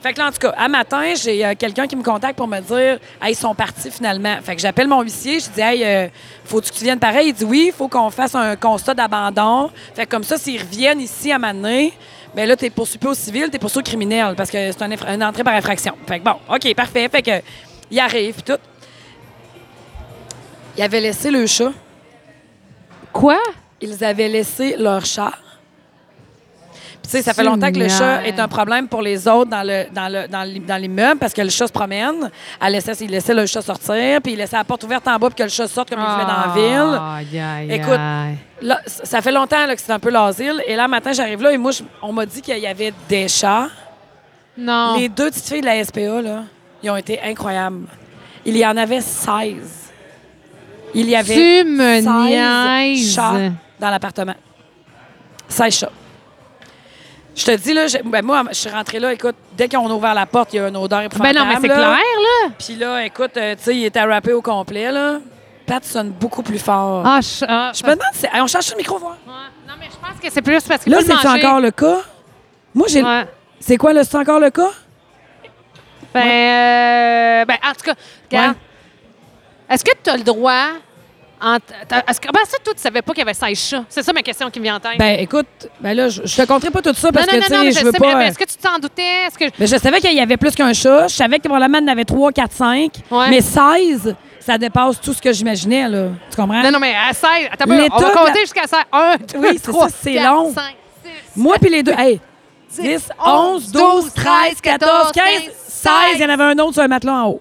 Fait que là, en tout cas, à matin, j'ai euh, quelqu'un qui me contacte pour me dire Hey, ils sont partis finalement. Fait que j'appelle mon huissier, je dis Hey, euh, faut-tu que tu viennes pareil? Il dit Oui, faut qu'on fasse un constat d'abandon. Fait que comme ça, s'ils reviennent ici à Mané, ben là, t'es poursuivi au civil, t'es poursuivi au criminel parce que c'est un infra- une entrée par infraction. Fait que bon, OK, parfait. Fait que euh, il arrive, puis tout. Ils avaient laissé le chat.
Quoi?
Ils avaient laissé leur chat. Puis, tu sais, ça fait longtemps que le
Génial.
chat est un problème pour les autres dans le dans le dans l'i- dans l'immeuble parce que le chat se promène. Elle laissait, il laissait le chat sortir, puis il laissait la porte ouverte en bas pour que le chat sorte comme il voulait dans la ville. Écoute, Là, c- ça fait longtemps là, que c'est un peu l'asile. Et là, matin, j'arrive là et moi, je- on m'a dit qu'il y avait des chats.
Non.
Les deux petites filles de la SPA, là, ils ont été incroyables. Il y en avait 16. Il y avait
Tu me
16
niaises.
chats dans l'appartement. 16 chats. Je te dis, là, j'ai- ben, moi, je suis rentrée là, écoute, dès qu'on a ouvert la porte, il y a une odeur
Ben
épouvantable.
non, mais c'est
là.
clair, là.
Puis là, écoute, euh, tu sais, il était rappé au complet, là. Pat sonne beaucoup plus fort.
Ah, je, ah,
je
ça-
me demande si... Hey, on change le micro, voir.
Ouais. Non, mais je pense que c'est plus parce que
Là,
faut le
c'est
manger.
encore le cas? Moi, j'ai...
Ouais.
C'est quoi, là? C'est encore le cas?
Ben, euh, ben, en tout cas, regarde. Est-ce que tu as le droit. En t- t'as- est-ce que- comment ça, toi, tu savais pas qu'il y avait 16 chats? C'est ça ma question qui me vient en tête.
Ben, écoute, ben là, je, je te compterai pas tout ça parce
non, non,
que, tu
non, non,
sais,
mais
je,
je
veux
sais,
pas...
mais,
euh,
est-ce que tu t'en doutais? Est-ce que.
Mais je savais qu'il y avait plus qu'un chat. Je savais que probablement il y en avait 3, 4, 5.
Ouais.
Mais 16, ça dépasse tout ce que j'imaginais, là. Tu comprends?
Non, non, mais à 16. Attends, un peu, on va
L'état-
compter jusqu'à 16. 1, 2,
Oui, c'est
3,
ça, c'est long.
5, 6.
Moi puis les deux. Hey! 10, 11, 12, 13, 14, 15, 16. Il y en avait un autre sur un matelas en haut.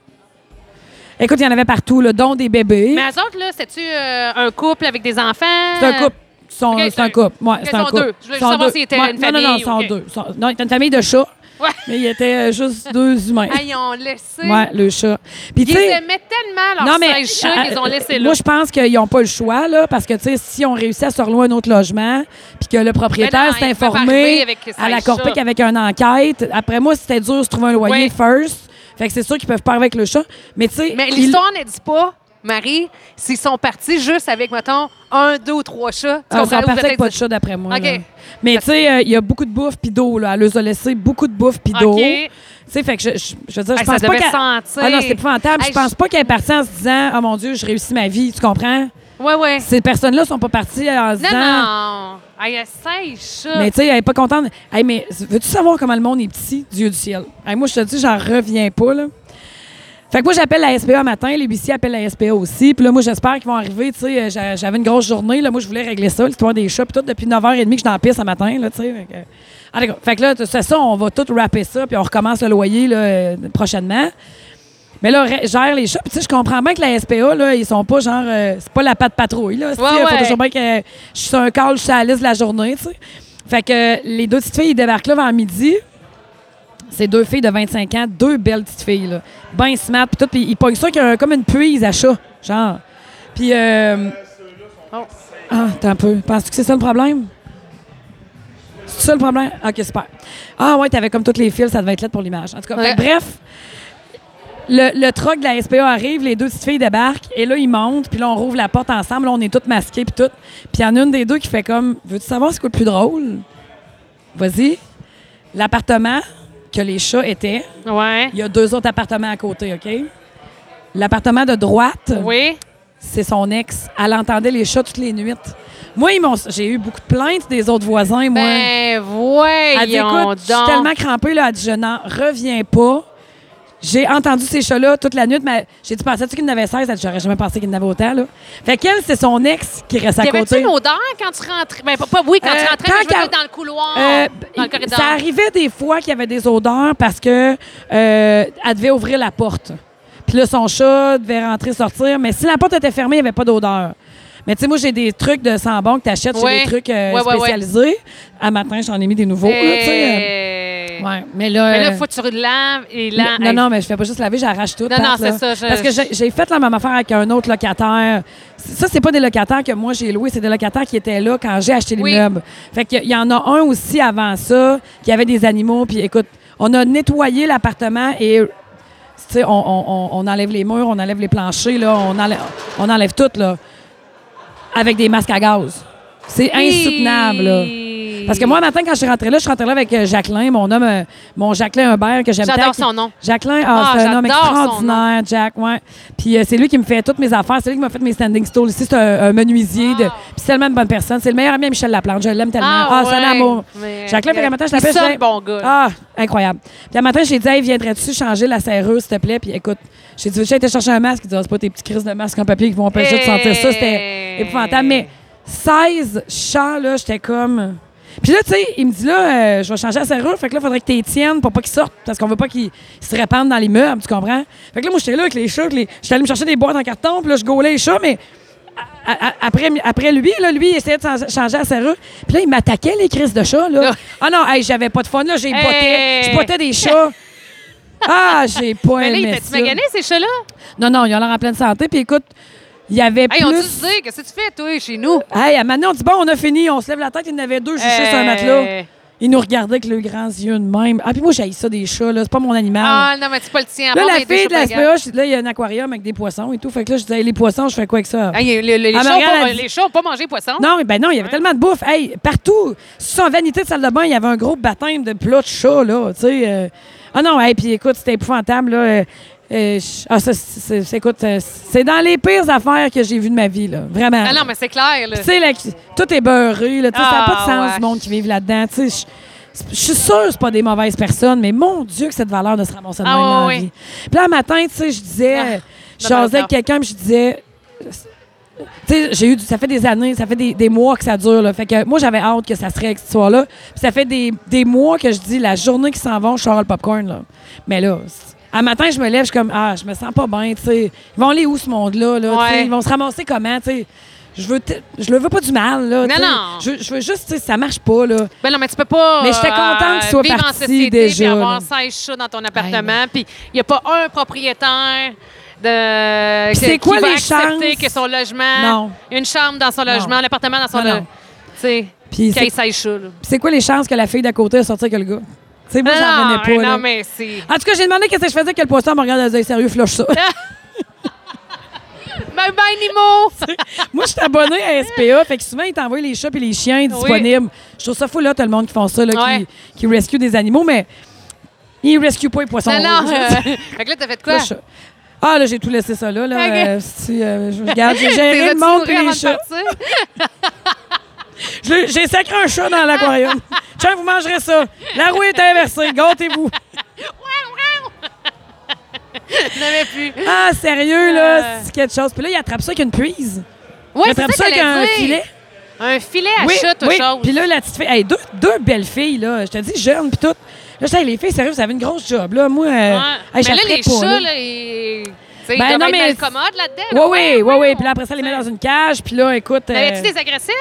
Écoute, il y en avait partout, là, dont des bébés.
Mais eux autres, là, c'est-tu euh, un couple avec des enfants?
C'est un couple. Ils sont-
Ok,
c'est un couple. Ouais,
ok,
c'est
ils
un
sont
couple.
deux. Je voulais
Ils sont
savoir
deux.
s'ils étaient
Ouais,
une
Non, non, non,
famille,
ils sont
ok.
deux. Ils sont- Non, c'était une famille de chats,
Ouais.
mais il y était euh, juste deux humains.
Ah, ils ont laissé.
Ouais, le chat. Puis tu
Ils
sais,
aimaient tellement leurs
Non, mais,
16 chats qu'ils ont
euh,
laissé là.
Moi, je pense qu'ils n'ont pas le choix, là, parce que, tu sais, si on réussit à se relouer un autre logement, puis que le
Ben
propriétaire
non,
s'est
il peut pas arriver
informé
avec ses
à la
cinq
Corpic
chats.
avec une enquête, après moi, c'était dur de se trouver un loyer
Oui.
first. Fait que c'est sûr qu'ils peuvent pas arriver avec le chat. Mais, tu sais.
Mais
il-
l'histoire ne dit pas Marie, s'ils sont partis juste avec, mettons, un, deux ou trois chats, tu
Ah,
comprends?
ça en
Ou
partait avec
peut-être-
pas de chat, d'après moi.
OK.
là. Mais tu sais, euh, il y a beaucoup de bouffe puis d'eau. là. Elle nous a laissé beaucoup de bouffe puis d'eau.
OK.
Tu sais, fait que je, je, je veux dire, je
Hey, ça
pense pas
devait
qu'elle...
sentir.
Ah non, c'est épouvantable.
Hey,
je pense
je-
pas qu'elle est partie en se disant « Oh mon Dieu, je réussis ma vie. » Tu comprends?
Ouais, ouais.
Ces personnes-là sont pas parties en se
Non,
disant...
non. Hey, essaye, chat.
Mais tu sais, elle est pas contente. Hey, mais veux-tu savoir comment le monde est petit, Dieu du ciel? Hey, moi, je te dis, j'en reviens pas, là. Fait que moi, j'appelle la SPA matin, les BC appellent la SPA aussi. Puis là, moi, j'espère qu'ils vont arriver. Tu sais, euh, j'a- j'avais une grosse journée. Là, moi, je voulais régler ça, l'histoire des chats. Puis tout, depuis 9h30 que je t'en pisse ce matin, là, tu sais. Fait que, en tout cas, fait que là, c'est ça, on va tout rapper ça, puis on recommence le loyer, là, euh, prochainement. Mais là, re- gère les chats. Puis, tu sais, je comprends bien que la SPA, là, ils sont pas genre. euh, c'est pas la patte patrouille, là. C'est-tu,
Ouais,
euh, faut
ouais.
toujours bien que je suis sur un call, je suis à la liste de la journée, tu sais. Fait que euh, les deux petites filles, ils débarquent là vers midi. C'est deux filles de 25 ans, deux belles petites filles, là. Ben smart, puis tout. Puis, ils pognent ça qu'il y a un- comme une puise à chat, genre. Puis, euh,
Oh.
ah, t'as un peu. Penses-tu que c'est ça le problème? C'est ça le problème? OK, super. Ah ouais, t'avais comme toutes les fils, ça devait être là pour l'image. En tout cas,
Ouais.
fait que bref, le, le truck de la SPA arrive, les deux petites filles débarquent, et là, ils montent, puis là, on rouvre la porte ensemble, là, on est toutes masquées, puis tout. Puis il y en a une des deux qui fait comme, « Veux-tu savoir ce qui est le plus drôle? Vas-y. L'appartement que les chats étaient,
Ouais.
il y a deux autres appartements à côté, OK? L'appartement de droite
Oui.
c'est son ex. Elle entendait les chats toutes les nuits. Moi, ils m'ont- j'ai eu beaucoup de plaintes des autres voisins, moi.
Ben,
elle dit,
voyons
écoute, je suis
donc.
tellement crampée, là. Elle dit, je n'en reviens pas. J'ai entendu ces chats-là toute la nuit. mais J'ai dit, pensais-tu qu'il y en avait 16? Elle dit, j'aurais jamais pensé qu'il y en avait autant, là. Fait qu'elle, c'est son ex qui reste à
Y avait-tu
côté.
une odeur quand tu rentrais? Ben, pas, pas- oui, quand
Euh,
tu rentrais,
quand
mais je veux
qu'à-
dire dans le couloir, Ah,
Euh,
dans le corridor.
ça arrivait des fois qu'il y avait des odeurs parce que euh, elle devait ouvrir la porte. Puis là, son chat devait rentrer, sortir. Mais si la porte était fermée, il n'y avait pas d'odeur. Mais tu sais, moi, j'ai des trucs de sans bon que tu achètes,
Ouais.
j'ai des trucs euh,
Ouais, ouais, ouais.
spécialisés. À matin, j'en ai mis des nouveaux. là, tu sais,
Hey.
euh, ouais. Mais là,
Eh. Mais là,
euh,
faut que tu laves et
non,
laves.
non, non, mais je fais pas juste laver, j'arrache tout.
Non,
Pat,
non,
là.
c'est ça, je-
Parce que j'ai- j'ai fait la même affaire avec un autre locataire. Ça, c'est pas des locataires que moi j'ai loués, c'est des locataires qui étaient là quand j'ai acheté
Oui.
l'immeuble. Fait qu'il y a- il y en a un aussi avant ça qui avait des animaux. Puis écoute, on a nettoyé l'appartement et tu sais, on, on- on- on enlève les murs, on enlève les planchers, là, on, enlève, on enlève tout là, avec des masques à gaz. C'est insoutenable. là. Parce que moi, matin, quand je suis rentrée là, je suis rentrée là avec euh, Jacqueline, mon homme, euh, mon Jacqueline Humbert, que j'aime
J'adore
tant,
son nom.
Jacqueline, ah,
Ah,
c'est un homme
j'adore son
extraordinaire, Jack, ouais. Puis euh, c'est lui qui me fait toutes mes affaires, c'est lui qui m'a fait mes standing stools ici, c'est un, un menuisier. de- Puis c'est tellement une bonne personne. C'est le meilleur ami à Michel Laplante, je l'aime tellement.
Ah,
Ah, c'est un
ouais.
amour.
Mais- euh,
Jacqueline, puis un matin, je l'appelle.
Il sonne
je dis,
bon gars.
Ah, incroyable. Puis un matin, j'ai dit, hey, viendrais-tu changer la serrure, s'il te plaît? Puis écoute, j'ai dit, j'ai été chercher un masque. Il dit, Ah, c'est pas tes petits crises de masque en papier qui vont empêcher de sentir ça. C'était
Hey.
épouvantable. Mais 16 chats, là, j'étais comme. Puis là, tu sais, il me dit là, euh, je vais changer la serrure. Fait que là, faudrait que tu tiennes pour pas qu'ils sortent parce qu'on veut pas qu'ils se répandent dans les meubles, tu comprends? Fait que là, moi, j'étais là avec les chats. avec Les... J'étais allé me chercher des boîtes en carton, puis là, je gaulais les chats, mais. à- à- Après, après lui, là, lui, il essayait de s'en- changer la serrure. Puis là, il m'attaquait, les crises de chats. Là.
Ah.
Ah non, hey, j'avais pas de fun. là J'ai botté.
Hey.
Je bottais des chats. Ah, j'ai pas
Mais là,
aimé
ils t'as-tu
ça.
magané, ces chats-là?
Non, non, ils ont l'air en pleine santé. Puis écoute, il y avait
Hey, on
plus...
tu dit, qu'est-ce que tu fais, toi, chez nous?
Hey, à maintenant, on dit bon, on a fini, on se lève la tête, il y en avait deux juchés sur un
Hey.
matelas. Ils nous regardaient avec leurs grands yeux de même. Ah, puis moi, j'ai ça des chats, là, c'est pas mon animal.
Ah, non, mais c'est pas le tien.
là,
Bon,
la
ben, des
fille de la
chats pas
SPA, je- là, il y a un aquarium avec des poissons et tout. Fait que là, je disais, les poissons, je fais quoi avec ça?
Hey, les, les- les
Ah,
chats
Marianne,
ont pas-
elle dit-
les chats n'ont pas mangé poisson.
Non, mais ben non, il y avait tellement de bouffe. Hey, partout, sans vanité de salle de bain, il y avait un gros baptême de plats de chats, là, tu sais. euh. Ah non, hey, puis écoute, c'était épouvantable, là. euh, euh, je- ah, ça, c'est- c'est- c'est- écoute, euh, c'est dans les pires affaires que j'ai vues de ma vie, là. Vraiment.
Ah non, mais c'est clair. Là.
Tu sais, là, qui- tout est beurré. Là, tu sais, ça n'a pas de
Ah,
sens,
ouais.
le monde qui vit là-dedans. Tu sais, Je je suis sûre que ce pas des mauvaises personnes, mais mon Dieu, que cette valeur de se ramasser de
Ah,
même dans la
ouais, ouais.
vie. Puis là, un matin, tu sais, je disais,
Ah,
je jasais avec
d'accord.
quelqu'un, puis je disais, tu sais, j'ai eu, du- ça fait des années, ça fait des, des mois que ça dure. Là. Fait que moi, j'avais hâte que ça serait avec cette histoire-là. Puis ça fait des, des mois que je dis, la journée qui s'en vont, je sors le popcorn. Là. Mais là, c'est- un matin, je me lève, je suis comme, ah, je me sens pas bien, tu sais. Ils vont aller où, ce monde-là? Là, tu sais?
Ouais.
Ils vont se ramasser comment, tu sais? Je veux, t- je le veux pas du mal,
Non,
là. tu sais.
non.
Je, je veux juste, tu sais, ça marche pas, là.
Ben non, mais tu peux pas.
Mais j'étais
euh,
contente qu'il soit
vivre en
parti
société, Puis
déjà,
avoir
là.
16 chats dans ton appartement, puis il n'y a pas un propriétaire de.
Puis
que-
c'est
qui
quoi
va
les
accepter
chances?
que son logement.
Non.
Une chambre dans son logement, un appartement dans son
Non, non.
logement. Tu sais,
Puis
qu'il
c'est-
y ait 16 chats, là.
Puis c'est quoi les chances que la fille d'à côté a sorti que le gars? Tu sais, moi, j'en
non,
revenais pas,
non,
là.
mais c'est.
En tout cas, j'ai demandé qu'est-ce que je faisais que le poisson me regarde et dit, sérieux, flush ça.
Bye bye, Nimo!
Moi, je suis abonnée à SPA, fait que souvent, ils t'envoient les chats et les chiens disponibles. Je trouve ça fou, là, tout le monde qui font ça, là,
Ouais.
qui, qui rescue des animaux, mais ils rescuent pas les poissons
Non, non.
rouges.
euh, fait que là, t'as fait quoi?
Là, je- Ah, là, j'ai tout laissé ça là. là
Ok.
euh, si, euh, je regarde, j'ai
T'es
géré
as-tu
le monde
nourri
et
avant
les
de
chats.
partir?
Je l'ai- J'ai sacré un chat dans l'aquarium. Tiens, vous mangerez ça. La roue est inversée. Gâtez-vous.
Je n'avais plus.
Ah, sérieux, là,
Euh.
c'est quelque chose. Puis là, il attrape ça avec une puise.
Oui,
il
c'est ça
attrape
que
ça avec
j'allais
un
dire.
filet.
Un filet à chute ou chose.
Puis là, la petite fille, hey, deux, deux belles filles, là, je te dis, jeunes, puis toutes. Là, je dis, hey, les filles, sérieux, vous avez une grosse job, là. Moi, euh,
Ouais.
hey, je
mais là,
la
les
ferais pas,
chats, là, ils. tu sais, ils
Ben
doivent
non,
être
mais-
mal commodes là-dedans.
Oui, oui, oui, oui. Puis là, après ça, les met dans une cage. Puis là, écoute. euh,
T'avais-tu des agressifs?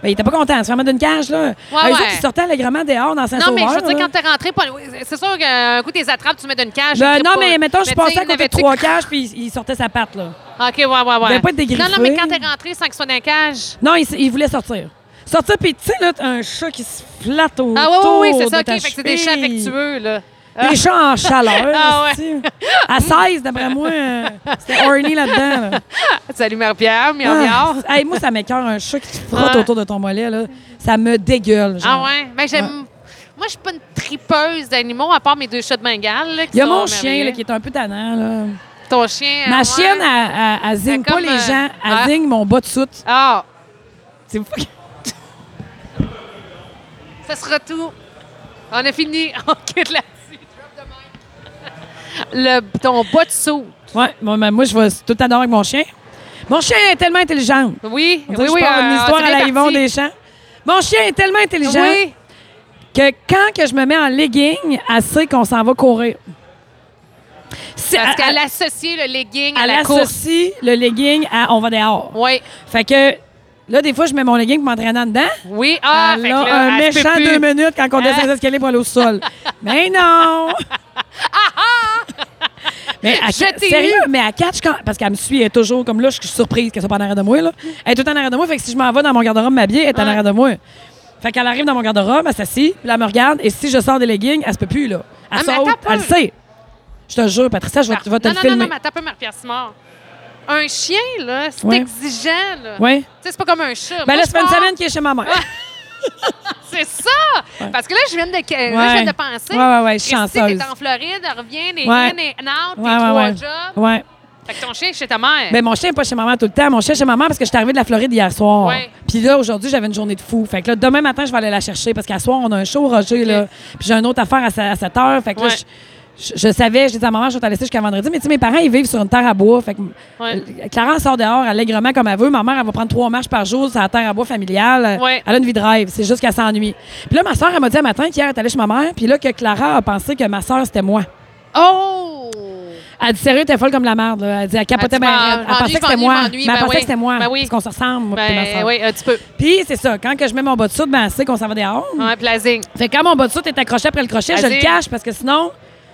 ben, il était pas content. C'est vraiment d'une cage, là.
Ouais,
Ah,
ouais.
eux autres, ils sortaient allègrement dehors dans
Non,
Saint-Sauveur.
mais je veux dire,
là.
quand t'es rentré, pas- oui, c'est sûr qu'un coup, t'es attrapes, tu mets dans une cage.
Ben,
ils
non,
trippent
mais
pas.
mettons, je
Mais
passais
tu sais,
à
il y en
côté de
avait-tu- Ah,
trois cages, puis il il sortait sa patte, là.
OK, ouais, ouais, ouais.
devait pas être dégriffé.
Non, non, mais quand t'es rentré sans qu'ils soient dans la cage.
Non, il, s- il voulait sortir. Sortir, puis tu sais, là, t'as un chat qui se flatte autour
Ah, oui, oui, oui, c'est ça,
de ta
OK. Fait que c'est des chats
cheville.
affectueux, là.
Des chats en chaleur.
Ah,
esti. À 16, d'après moi, euh, c'était horny là-dedans. là.
Salut, Mère-Pierre, miau
Ah,
miau.
hey, moi, ça m'écœure un chat qui te frotte
Ouais.
autour de ton mollet. Là. Ça me dégueule.
Ah,
genre.
ouais. Mais j'aime. Moi, je suis pas une tripeuse d'animaux, à part mes deux chats de Bengale. là, qui
Il y a
sont
mon chien là,
merveilleux.
qui est un peu tannant. Là.
Ton chien. ah
Ma
ouais.
chienne, elle, elle- elle zigne
C'est
pas
comme,
les
euh,
gens. Elle
ah.
zigne mon bas de soute.
Ah,
C'est fou que-
ça sera tout. On a fini. On quitte là-dessus. Le, ton bas de saut.
Ouais, moi, ma- moi, je vais tout adorer avec mon chien. Mon chien est tellement intelligent.
Oui,
On
oui,
dirait que
oui.
je parle
euh,
une histoire
on
à la
est
Yvon
parti.
Deschamps. Mon chien est tellement intelligent
Oui.
que quand que je me mets en legging, elle sait qu'on s'en va courir. C'est-
Parce qu'elle associe le legging à
elle
la course.
associe le legging à on va dehors.
Oui,
Fait que là, des fois, je mets mon legging pour m'entraîner en dedans.
oui. Ah, fait
elle
que
a
là,
un
elle se peut
méchant
plus. Hein?
deux minutes quand on descend les escaliers pour aller au sol. mais non! mais elle,
Ah, Je t'ai
sérieux, mais elle catch quand. Parce qu'elle me suit, elle est toujours comme là, je suis surprise qu'elle soit pas en arrière de moi. Là. Elle est tout en arrière de moi, fait que si je m'en vais dans mon garde-robe m'habiller, elle est en
Ouais.
arrière de moi. Fait qu'elle arrive dans mon garde-robe, elle s'assit, puis là, elle me regarde, et si je sors des leggings, elle se peut plus, là. Elle
Ah, mais
saute,
attends un
elle le
peu. Ah.
sait. Je te jure, Patricia, je vais, je vais te
non,
le
non,
filmer.
non, non, mais attends un peu, Marie-Pierre Simard. Un chien, là, c'est
Ouais.
exigeant, là.
Oui.
Tu sais, c'est pas comme un chat.
Ben
Moi,
là,
je
c'est pas une
pars-
semaine qui est chez ma mère.
Ah, C'est ça! Parce que là, je viens de, là, je viens de penser.
Ouais, ouais, ouais, je suis
Christy,
chanceuse.
T'es en Floride, elle revient, les
Ouais.
in et out, t'es
Ouais, ouais,
trois
ouais.
jobs.
Ouais.
Fait que ton chien est chez ta mère.
Ben, mon chien n'est pas chez maman tout le temps. Mon chien est chez maman parce que je suis arrivée de la Floride hier soir.
Ouais.
Puis là, aujourd'hui, j'avais une journée de fou. Fait que là, demain matin, je vais aller la chercher parce qu'à soir, on a un show, Roger, là. Puis j'ai une autre affaire à, sa- à 7 heures. Fait que là,
Ouais.
je, je- je savais, je disais à maman, je vais te laisser jusqu'à vendredi. Mais tu sais, mes parents, ils vivent sur une terre à bois. Fait que
Ouais.
euh, Clara sort dehors allègrement comme elle veut. Ma mère, elle va prendre trois marches par jour sur la terre à bois familiale.
Ouais.
Elle a une vie de rêve. C'est juste qu'elle s'ennuie. Puis là, ma soeur, elle m'a dit un matin qu'hier, elle est allée chez ma mère. Puis là, que Clara a pensé que ma soeur, c'était moi.
Oh!
Elle dit sérieux, t'es folle comme la merde. là. Elle dit, elle capotait
Elle dit, bah,
bien.
m'en-
raide. Elle
m'ennuie,
pensait que c'était
m'ennuie,
moi.
m'ennuie.
Mais elle
Ben
pensait
oui.
que c'était moi.
Ben oui.
Parce qu'on se ressemble, moi, puis ma
Ben
sœur.
oui, un petit peu.
Puis c'est ça, quand que je mets mon bas de soude, ben, elle sait qu'on s'en va dehors.
Ouais, plasing.
Fait que quand mon bas de soude est accroché après le crochet, je le
Vas-y.
cache parce que sinon,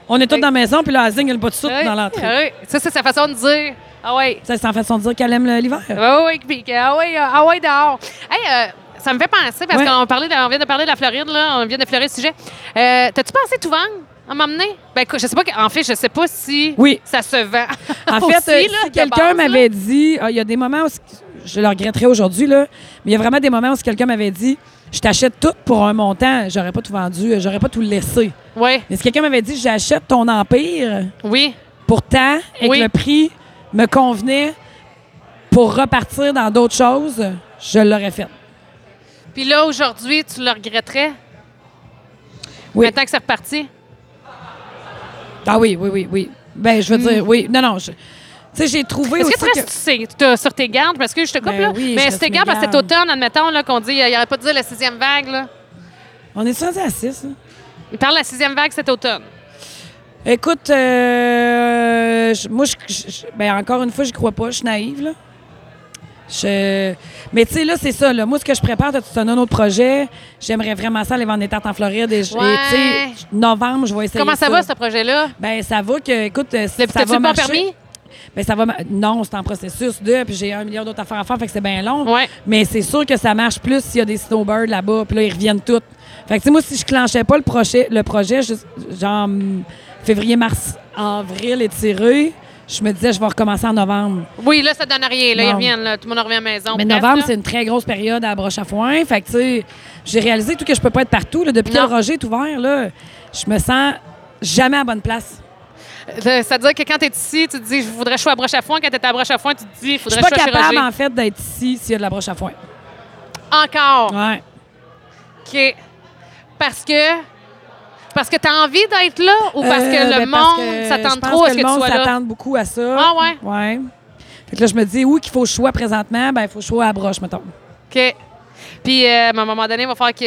on est tous
Oui.
dans la maison, puis là, elle zigne le bas de soude
Ouais,
dans l'entrée.
ouais. Ça, c'est sa façon de dire. Ah ouais.
Ça, c'est en façon de dire qu'elle aime le- l'hiver.
Ah ouais, puis que- ah ouais, euh, ah ouais, dehors. Hey, euh, ça me fait penser, parce
Ouais.
qu'on parlait de- on vient de parler de la Floride, là, on vient d'effleurer le sujet. Euh, T'as-tu pensé tout vendre à m'emmener? Ben, écoute, je sais pas, que- en fait, je sais pas si
Oui.
ça se vend. Ah,
En
aussi,
fait, euh,
là,
si
de
quelqu'un
base, là.
m'avait dit, ah, il y a des moments où c- je le regretterais aujourd'hui, là, mais il y a vraiment des moments où si quelqu'un m'avait dit, je t'achète tout pour un montant, j'aurais pas tout vendu, euh, j'aurais pas tout laissé.
Ouais.
Mais si quelqu'un m'avait dit, j'achète ton empire,
Oui.
pourtant, et
Oui.
que le prix me convenait pour repartir dans d'autres choses, je l'aurais fait.
Puis là, aujourd'hui, tu le regretterais?
Oui.
Maintenant que c'est reparti?
Ah oui, oui, oui, oui. Ben, je veux dire, oui. Non, non, je- Tu sais, j'ai trouvé
Hmm. Est-ce
aussi
que tu restes
que-
sur- t'as- sur tes gardes? Parce que je te coupe,
Ben
là.
oui, je
mais
reste
sur tes
mes
gardes, parce que cet
gardes.
automne, admettons, là, qu'on dit, euh, il n'y aurait pas de dire la sixième vague, là.
On est rendu à hein. 6,
Il parle de la sixième vague cet automne.
Écoute, euh, je- moi, je, je- je- ben, encore une fois, je crois pas. Je suis naïve, là. Je- Mais tu sais, là, c'est ça. Là. Moi, ce que je prépare, c'est un autre projet. J'aimerais vraiment ça aller vendre des tartes en Floride. Et, je- et,
Ouais.
tu sais, novembre, je vais essayer
Comment ça, va, ce projet-là?
Ben, ça va que, écoute, euh,
Le-
ça
T'as-tu
va
le bon
marcher.
permis?
Ben, ça va. ma- Non, c'est en processus de, puis j'ai un million d'autres affaires à faire, fait que c'est bien long.
Ouais.
Mais c'est sûr que ça marche plus s'il y a des snowbirds là-bas, puis là, ils reviennent tous. Fait que, tu sais, moi, si je clenchais pas le projet, le projet juste, genre, hum, février, mars, avril étiré, je me disais, je vais recommencer en novembre.
Oui, là, ça donne rien. Là, ils
Non.
reviennent. Là. Tout le monde revient à la maison.
Mais
Bref,
novembre,
là.
c'est une très grosse période à la broche à foin. Fait que, tu sais, j'ai réalisé tout que je peux pas être partout. là. Depuis
Non.
que le Roger est ouvert, là, je me sens jamais à la bonne place.
Euh, Ça veut dire que quand t'es ici, tu te dis, je voudrais choisir à broche à foin. Quand t'es à broche à foin, tu te dis, il
Je
faudrait
suis pas
choisir à
capable,
Roger.
en fait, d'être ici s'il y a de la broche à foin.
Encore.
Ouais.
OK. Parce que. Parce que t'as envie d'être là ou parce que
Euh,
le
ben, parce
monde
que
s'attend
je pense
trop à ce que,
le
tu
monde
sois là?
s'attend beaucoup à ça.
Ah ouais?
Ouais. Fait que là, je me dis, oui, qu'il faut que je sois présentement, ben il faut que je sois à la broche, mettons.
OK. Puis, euh, à un moment donné, il va falloir que.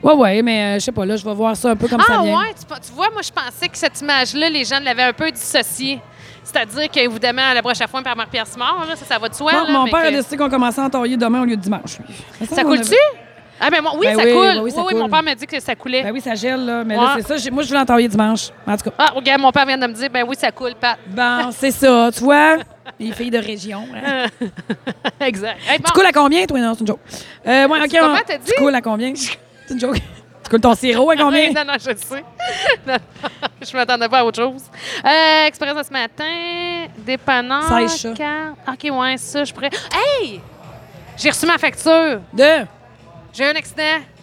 Ouais, ouais, mais euh, je sais pas, là, je vais voir ça un peu comme ça
ah,
vient.
ouais, tu, pe- tu vois, moi, je pensais que cette image-là, les gens l'avaient un peu dissociée. C'est-à-dire qu'évidemment, la broche à foin par Marc-Pierre Simard, là, ça, ça va de soi.
Bon,
Ah, là,
mon
mais
père a
que-
décidé qu'on commençait à entoyer demain au lieu de dimanche. lui. Mais
Ça
on
coule-tu?
avait-
Ah, ben, moi, oui,
Ben
ça
oui,
coule.
ben
oui,
oui, ça
oui, mon
coule.
père m'a dit que ça coulait.
Ben oui, ça gèle, là. Mais
Ouais.
là, c'est ça. j'ai- Moi, je voulais entoyer dimanche. En tout cas.
Ah, regarde, mon père vient de me dire, ben oui, ça coule, Pat.
Bon, c'est ça. Tu vois, les filles de région. hein.
exact. Hey, Euh, bon,
Tu coules à combien, toi? Non, c'est une joke. Euh, ouais, OK.
comment
on-
t'as dit? Ah,
Tu coules à combien? C'est une joke. Tu coules ton sirop à combien?
Non, non, je le sais. Non, non, je m'attendais pas à autre chose. Euh, Express de ce matin, dépanneur.
16 chats.
carte- OK, ouais, ça, je pourrais. Hey! J'ai reçu ma facture.
Deux.
J'ai eu un accident.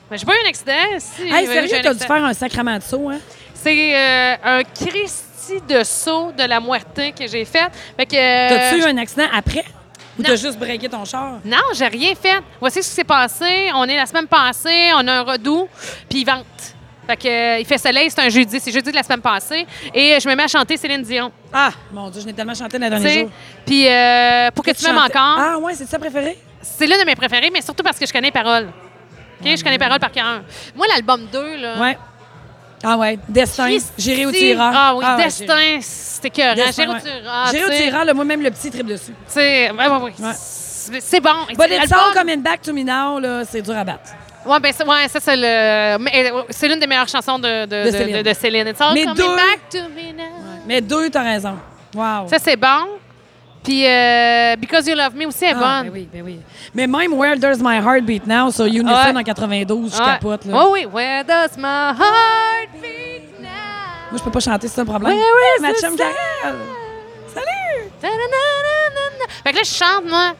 Mais j'ai pas eu un accident. Si,
Hey,
j'ai eu
sérieux,
un
t'as dû
accident.
faire un sacrement de saut, hein?
C'est euh, un Christi de saut de la moitié que j'ai fait. Fait que. euh,
T'as-tu eu un accident après? Ou
non.
t'as juste breaké ton char?
Non, j'ai rien fait. Voici ce qui s'est passé. On est la semaine passée, on a un redoux, puis il vente. Fait que, euh, il fait soleil, c'est un jeudi, c'est jeudi de la semaine passée. Et euh, je me mets à chanter Céline Dion.
Ah, mon Dieu, je n'ai tellement chanté la
tu
dernière
sais.
jour.
Puis euh, pour que tu m'aimes encore,
Ah, ouais, c'est ça préféré?
c'est l'un de mes préférés, mais surtout parce que je connais les paroles. OK? je connais les paroles par cœur. Moi, l'album 2, là.
Ouais. Ah, ouais. Destin.
Euh. Christy-
J'irai où tu iras.
Ah oui,
ouais, j'irai.
Destin, c'était cœur. J'irai où tu iras.
J'irai où
tu
tu
sais.
iras, là, moi-même, le petit trip dessus.
Tu sais, ouais, ouais, ouais.
Ouais.
C'est c'est bon.
But
C'est
it's
l'album.
all coming back to me now, là, c'est dur à battre.
Ouais, ben, c'est- ouais, ça, c'est le. mais, euh, C'est l'une des meilleures chansons de, de,
De
de-
Céline.
de- de Céline. It's all
Mais
coming
deux-
back to me now.
Mais deux, t'as raison. Wow.
Ça, c'est bon. Puis, euh, Because You Love Me aussi est
Ah,
bonne.
ben oui, ben oui. Mais même Where Does My Heart Beat Now sur Unison
Ouais.
en 92, je
Ouais.
capote. Là.
Oh oui, Where does my heart beat now?
Moi, je peux pas chanter, c'est un problème.
Where is
Ma
the sound?
chum Karel. Salut!
Ta-da-da-da-da-da. Fait que là, je chante, moi.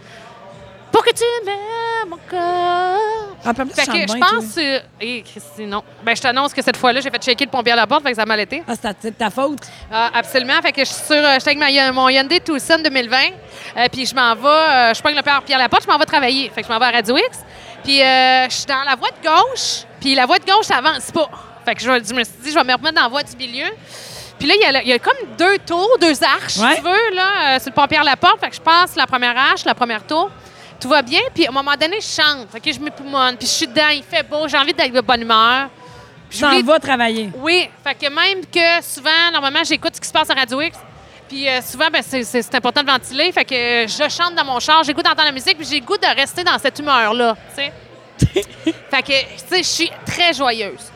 Pour que tu m'aimes encore.
Ah, puis en plus,
Fait
tu
que
chantes
je
bien,
pense.
toi.
euh, Hé, Christy, non. Ben, je t'annonce que cette fois-là, j'ai fait checker le pompier à la porte, fait que ça m'a l'été.
Ah, c'est ta- c'est de ta faute.
Ah, absolument. Fait que je suis sur. Je suis avec ma Hyun- mon Hyundai Tucson 2020. Euh, puis je m'en vais. euh, je pogne le père Pierre Laporte, je m'en vais travailler. Fait que je m'en vais à Radio X. Puis euh, je suis dans la voie de gauche. Puis la voie de gauche, ça avance pas. Fait que je, je me suis dit, je vais me remettre dans la voie du milieu. Puis là, il y a le- il y, a comme deux tours, deux arches,
Ouais.
si tu veux, là, euh, sur le pompier à la porte. Fait que je passe la première arche, la première tour. Tout va bien. Puis à un moment donné, je chante. Fait que je m'époumonne. Puis je suis dedans, il fait beau, j'ai envie d'être de bonne humeur. Puis
Tu t'en
j'oublie-
vas travailler.
oui, fait que même que souvent, normalement, j'écoute ce qui se passe à Radio X. Puis euh, souvent, ben, c'est- c'est c'est important de ventiler. Fait que euh, je chante dans mon char, j'ai le goût d'entendre la musique, puis j'ai le goût de rester dans cette humeur-là. tu sais. fait que, tu sais, je suis très joyeuse.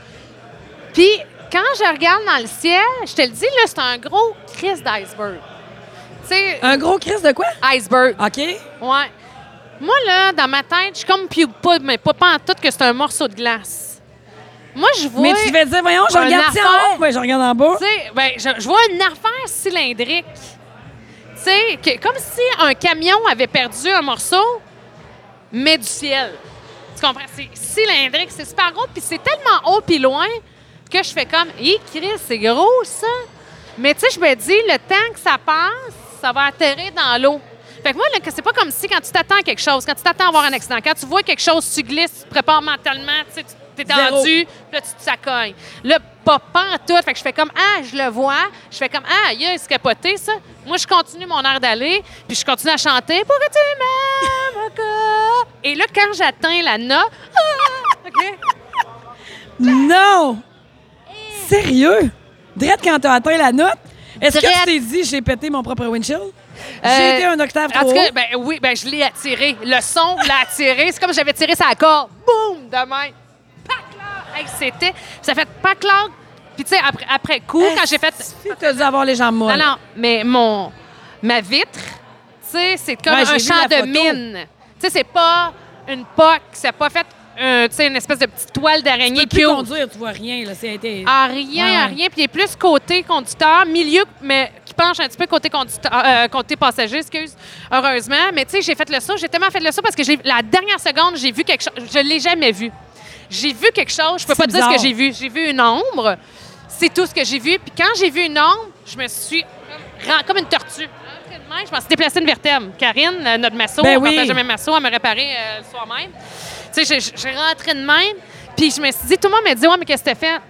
Puis quand je regarde dans le ciel, je te le dis, là, c'est un gros crise d'iceberg. Tu sais,
Un gros crise de quoi?
iceberg.
OK.
Ouais. Moi, là, dans ma tête, je suis comme puis pas, mais pas, pas en tout que c'est un morceau de glace. Moi, je vois.
Mais tu devais dire, voyons, je
Un
regarde ici en
affaire.
haut. Ouais, je regarde en bas.
Tu sais, ben, je, je vois une affaire cylindrique. Tu sais, que- comme si un camion avait perdu un morceau, mais du ciel. Tu comprends? C'est cylindrique, c'est super gros, puis c'est tellement haut puis loin que je fais comme, hé, Chris, c'est gros, ça. Mais tu sais, je me dis, le temps que ça passe, ça va atterrir dans l'eau. Fait que moi, là, que c'est pas comme si quand tu t'attends à quelque chose, quand tu t'attends à avoir un accident, quand tu vois quelque chose, tu glisses, tu te prépares mentalement, tu sais, tu t'es
Zéro.
tendu, puis là, tu te cognes. Là, pas en tout. Fait que je fais comme, ah, je le vois. Je fais comme, ah, il a capoté, ça. Moi, je continue mon air d'aller, puis je continue à chanter pour que tu m'aimes encore. Et là, quand j'atteins la note, ah, OK?
Non! Sérieux? Drette quand t'as atteint la note? Est-ce que
Drette.
tu t'es dit, j'ai pété mon propre windshield?
Euh,
J'ai été un octave
En
trop
tout
haut.
cas, ben oui, ben je l'ai attiré. Le son l'a attiré. C'est comme si j'avais tiré sa corde. Boum! Demain. Paclac! Hey, c'était. Ça fait paclac. Puis, tu sais, après, après coup, quand j'ai fait.
Si t'as dû avoir les jambes molles.
Non, non, mais mon. Ma vitre, tu sais, c'est comme
Ouais, j'ai
un
vu
champ
la
de
photo.
mine. Tu sais, c'est pas une POC. C'est pas fait, euh, tu sais, une espèce de petite toile d'araignée
Tu peux plus
cute. Ah,
conduire, tu vois rien. Là. C'est été...
À rien,
Ouais,
à
ouais.
rien. Puis il est plus côté conducteur, milieu, mais qui penche un petit peu côté, conducteur- euh, côté passager, excuse, heureusement. Mais tu sais, j'ai fait le saut. J'ai tellement fait le saut parce que j'ai- la dernière seconde, j'ai vu quelque chose. Je l'ai jamais vu. J'ai vu quelque chose. Je peux
C'est
pas te dire ce
bizarre.
que j'ai vu. J'ai vu une ombre. C'est tout ce que j'ai vu. Puis quand j'ai vu une ombre, je me suis ran- comme une tortue. Je m'en suis déplacée une vertèbre. Karine, euh, notre masso,
Ben
on
oui.
partageait même masso, elle me réparait euh, le soir même. Tu sais, j'ai- j'ai rentré de même. Puis je me suis dit, tout le monde m'a dit, ouais, mais qu'est-ce que t'as fait?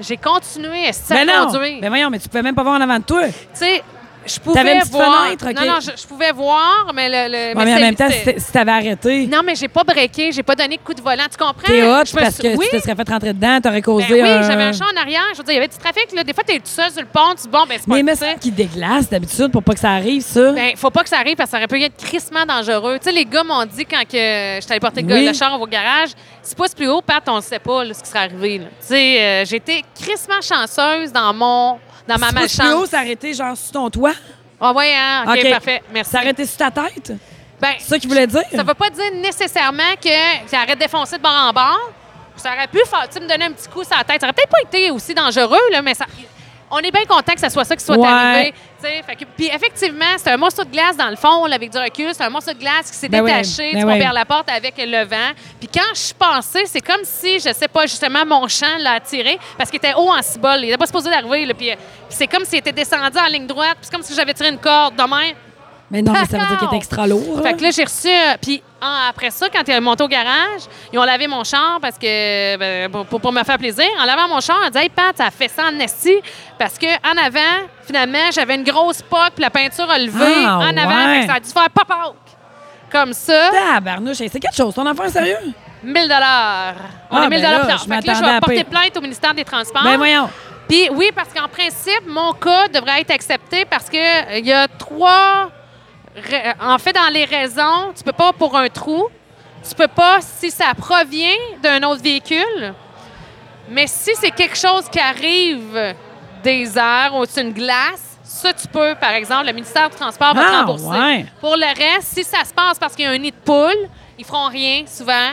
J'ai continué à
Mais Ben non!
conduire.
Mais voyons, mais tu peux même pas voir en avant de toi.
Tu sais, je pouvais
T'avais une petite
voir.
fenêtre, OK.
Non, non, je, je pouvais voir, mais le. le-
Ouais, mais en
c'est-
même temps,
c'est-
si t'- si t'avais arrêté,
Non, mais j'ai pas breaké, j'ai pas donné de coup de volant. Tu comprends?
t'es hot
Je me
parce
suis-
que
oui,
tu te serais fait rentrer dedans, t'aurais causé
ben oui,
un...
j'avais un champ en arrière. Je veux dire, il y avait du trafic. Là. Des fois, t'es tout seul sur le pont, tu dis, bon, ben c'est
Mais
pas
il me
ça.
semble qu'il déglace d'habitude pour pas que ça arrive, ça.
Ben, faut pas que ça arrive parce que ça aurait pu être crissement dangereux. Tu sais, les gars m'ont dit quand que je t'avais porté le,
Oui.
le char au garage, si pouces plus haut, Pat, on ne sait pas là, ce qui serait arrivé. là. Tu sais, euh, j'étais crissement chanceuse dans mon dans ma
Si tu pousses plus haut,
malchance.
s'arrêter genre sur ton toit,
Ah ouais, hein? OK,
OK.
parfait. Merci.
s'arrêter sur ta tête.
Ben,
C'est ça qu'il voulait dire?
ça veut pas dire nécessairement que ça aurait défoncé de bord en bord. Ça aurait pu faire, tu sais, me donner un petit coup sur la tête. Ça aurait peut-être pas été aussi dangereux, là, mais ça- on est bien content que ça soit ça qui soit
Ouais.
arrivé. tu sais. Fait que- Puis effectivement, c'est un morceau de glace dans le fond, là, avec du recul. C'est un morceau de glace qui s'est
Ben ouais,
détaché
ben
du
ouais.
vers la porte avec le vent. Puis quand je suis passée, c'est comme si, je sais pas, justement, mon champ l'a attiré parce qu'il était haut en cibole. Il n'était pas supposé d'arriver. là. Puis euh, puis c'est comme s'il était descendu en ligne droite. Puis c'est comme si j'avais tiré une corde de même.
Mais non, mais ça veut dire qu'il est extra lourd.
Fait que là, j'ai reçu. euh, Puis en- après ça, quand il est monté au garage, ils ont lavé mon char parce que ben, pour, pour- pour me faire plaisir. En lavant mon char, on dit Hey, Pat, ça fait ça en esti. Parce que en avant, finalement, j'avais une grosse pote, puis la peinture a levé
Ah,
en avant.
ouais.
Fait que ça a dû faire pop out. Comme ça,
Tabarnouche, hey, c'est quelque chose. Ton enfant est
Hein?
sérieux?
1000 On
Ah,
est 1000
ben là,
plus tard.
je
Fait que là, je
m'attendais à
vais porter
pire.
plainte au ministère des Transports.
Ben voyons.
Puis oui, parce qu'en principe, mon cas devrait être accepté parce que euh, il y a trois. ra- En fait, dans les raisons, tu peux pas pour un trou, tu peux pas si ça provient d'un autre véhicule, mais si c'est quelque chose qui arrive des airs ou c'est une glace, ça tu peux, par exemple, le ministère du Transport va te
Ah,
rembourser.
ouais.
Pour le reste, si ça se passe parce qu'il y a un nid de poule, ils feront rien souvent.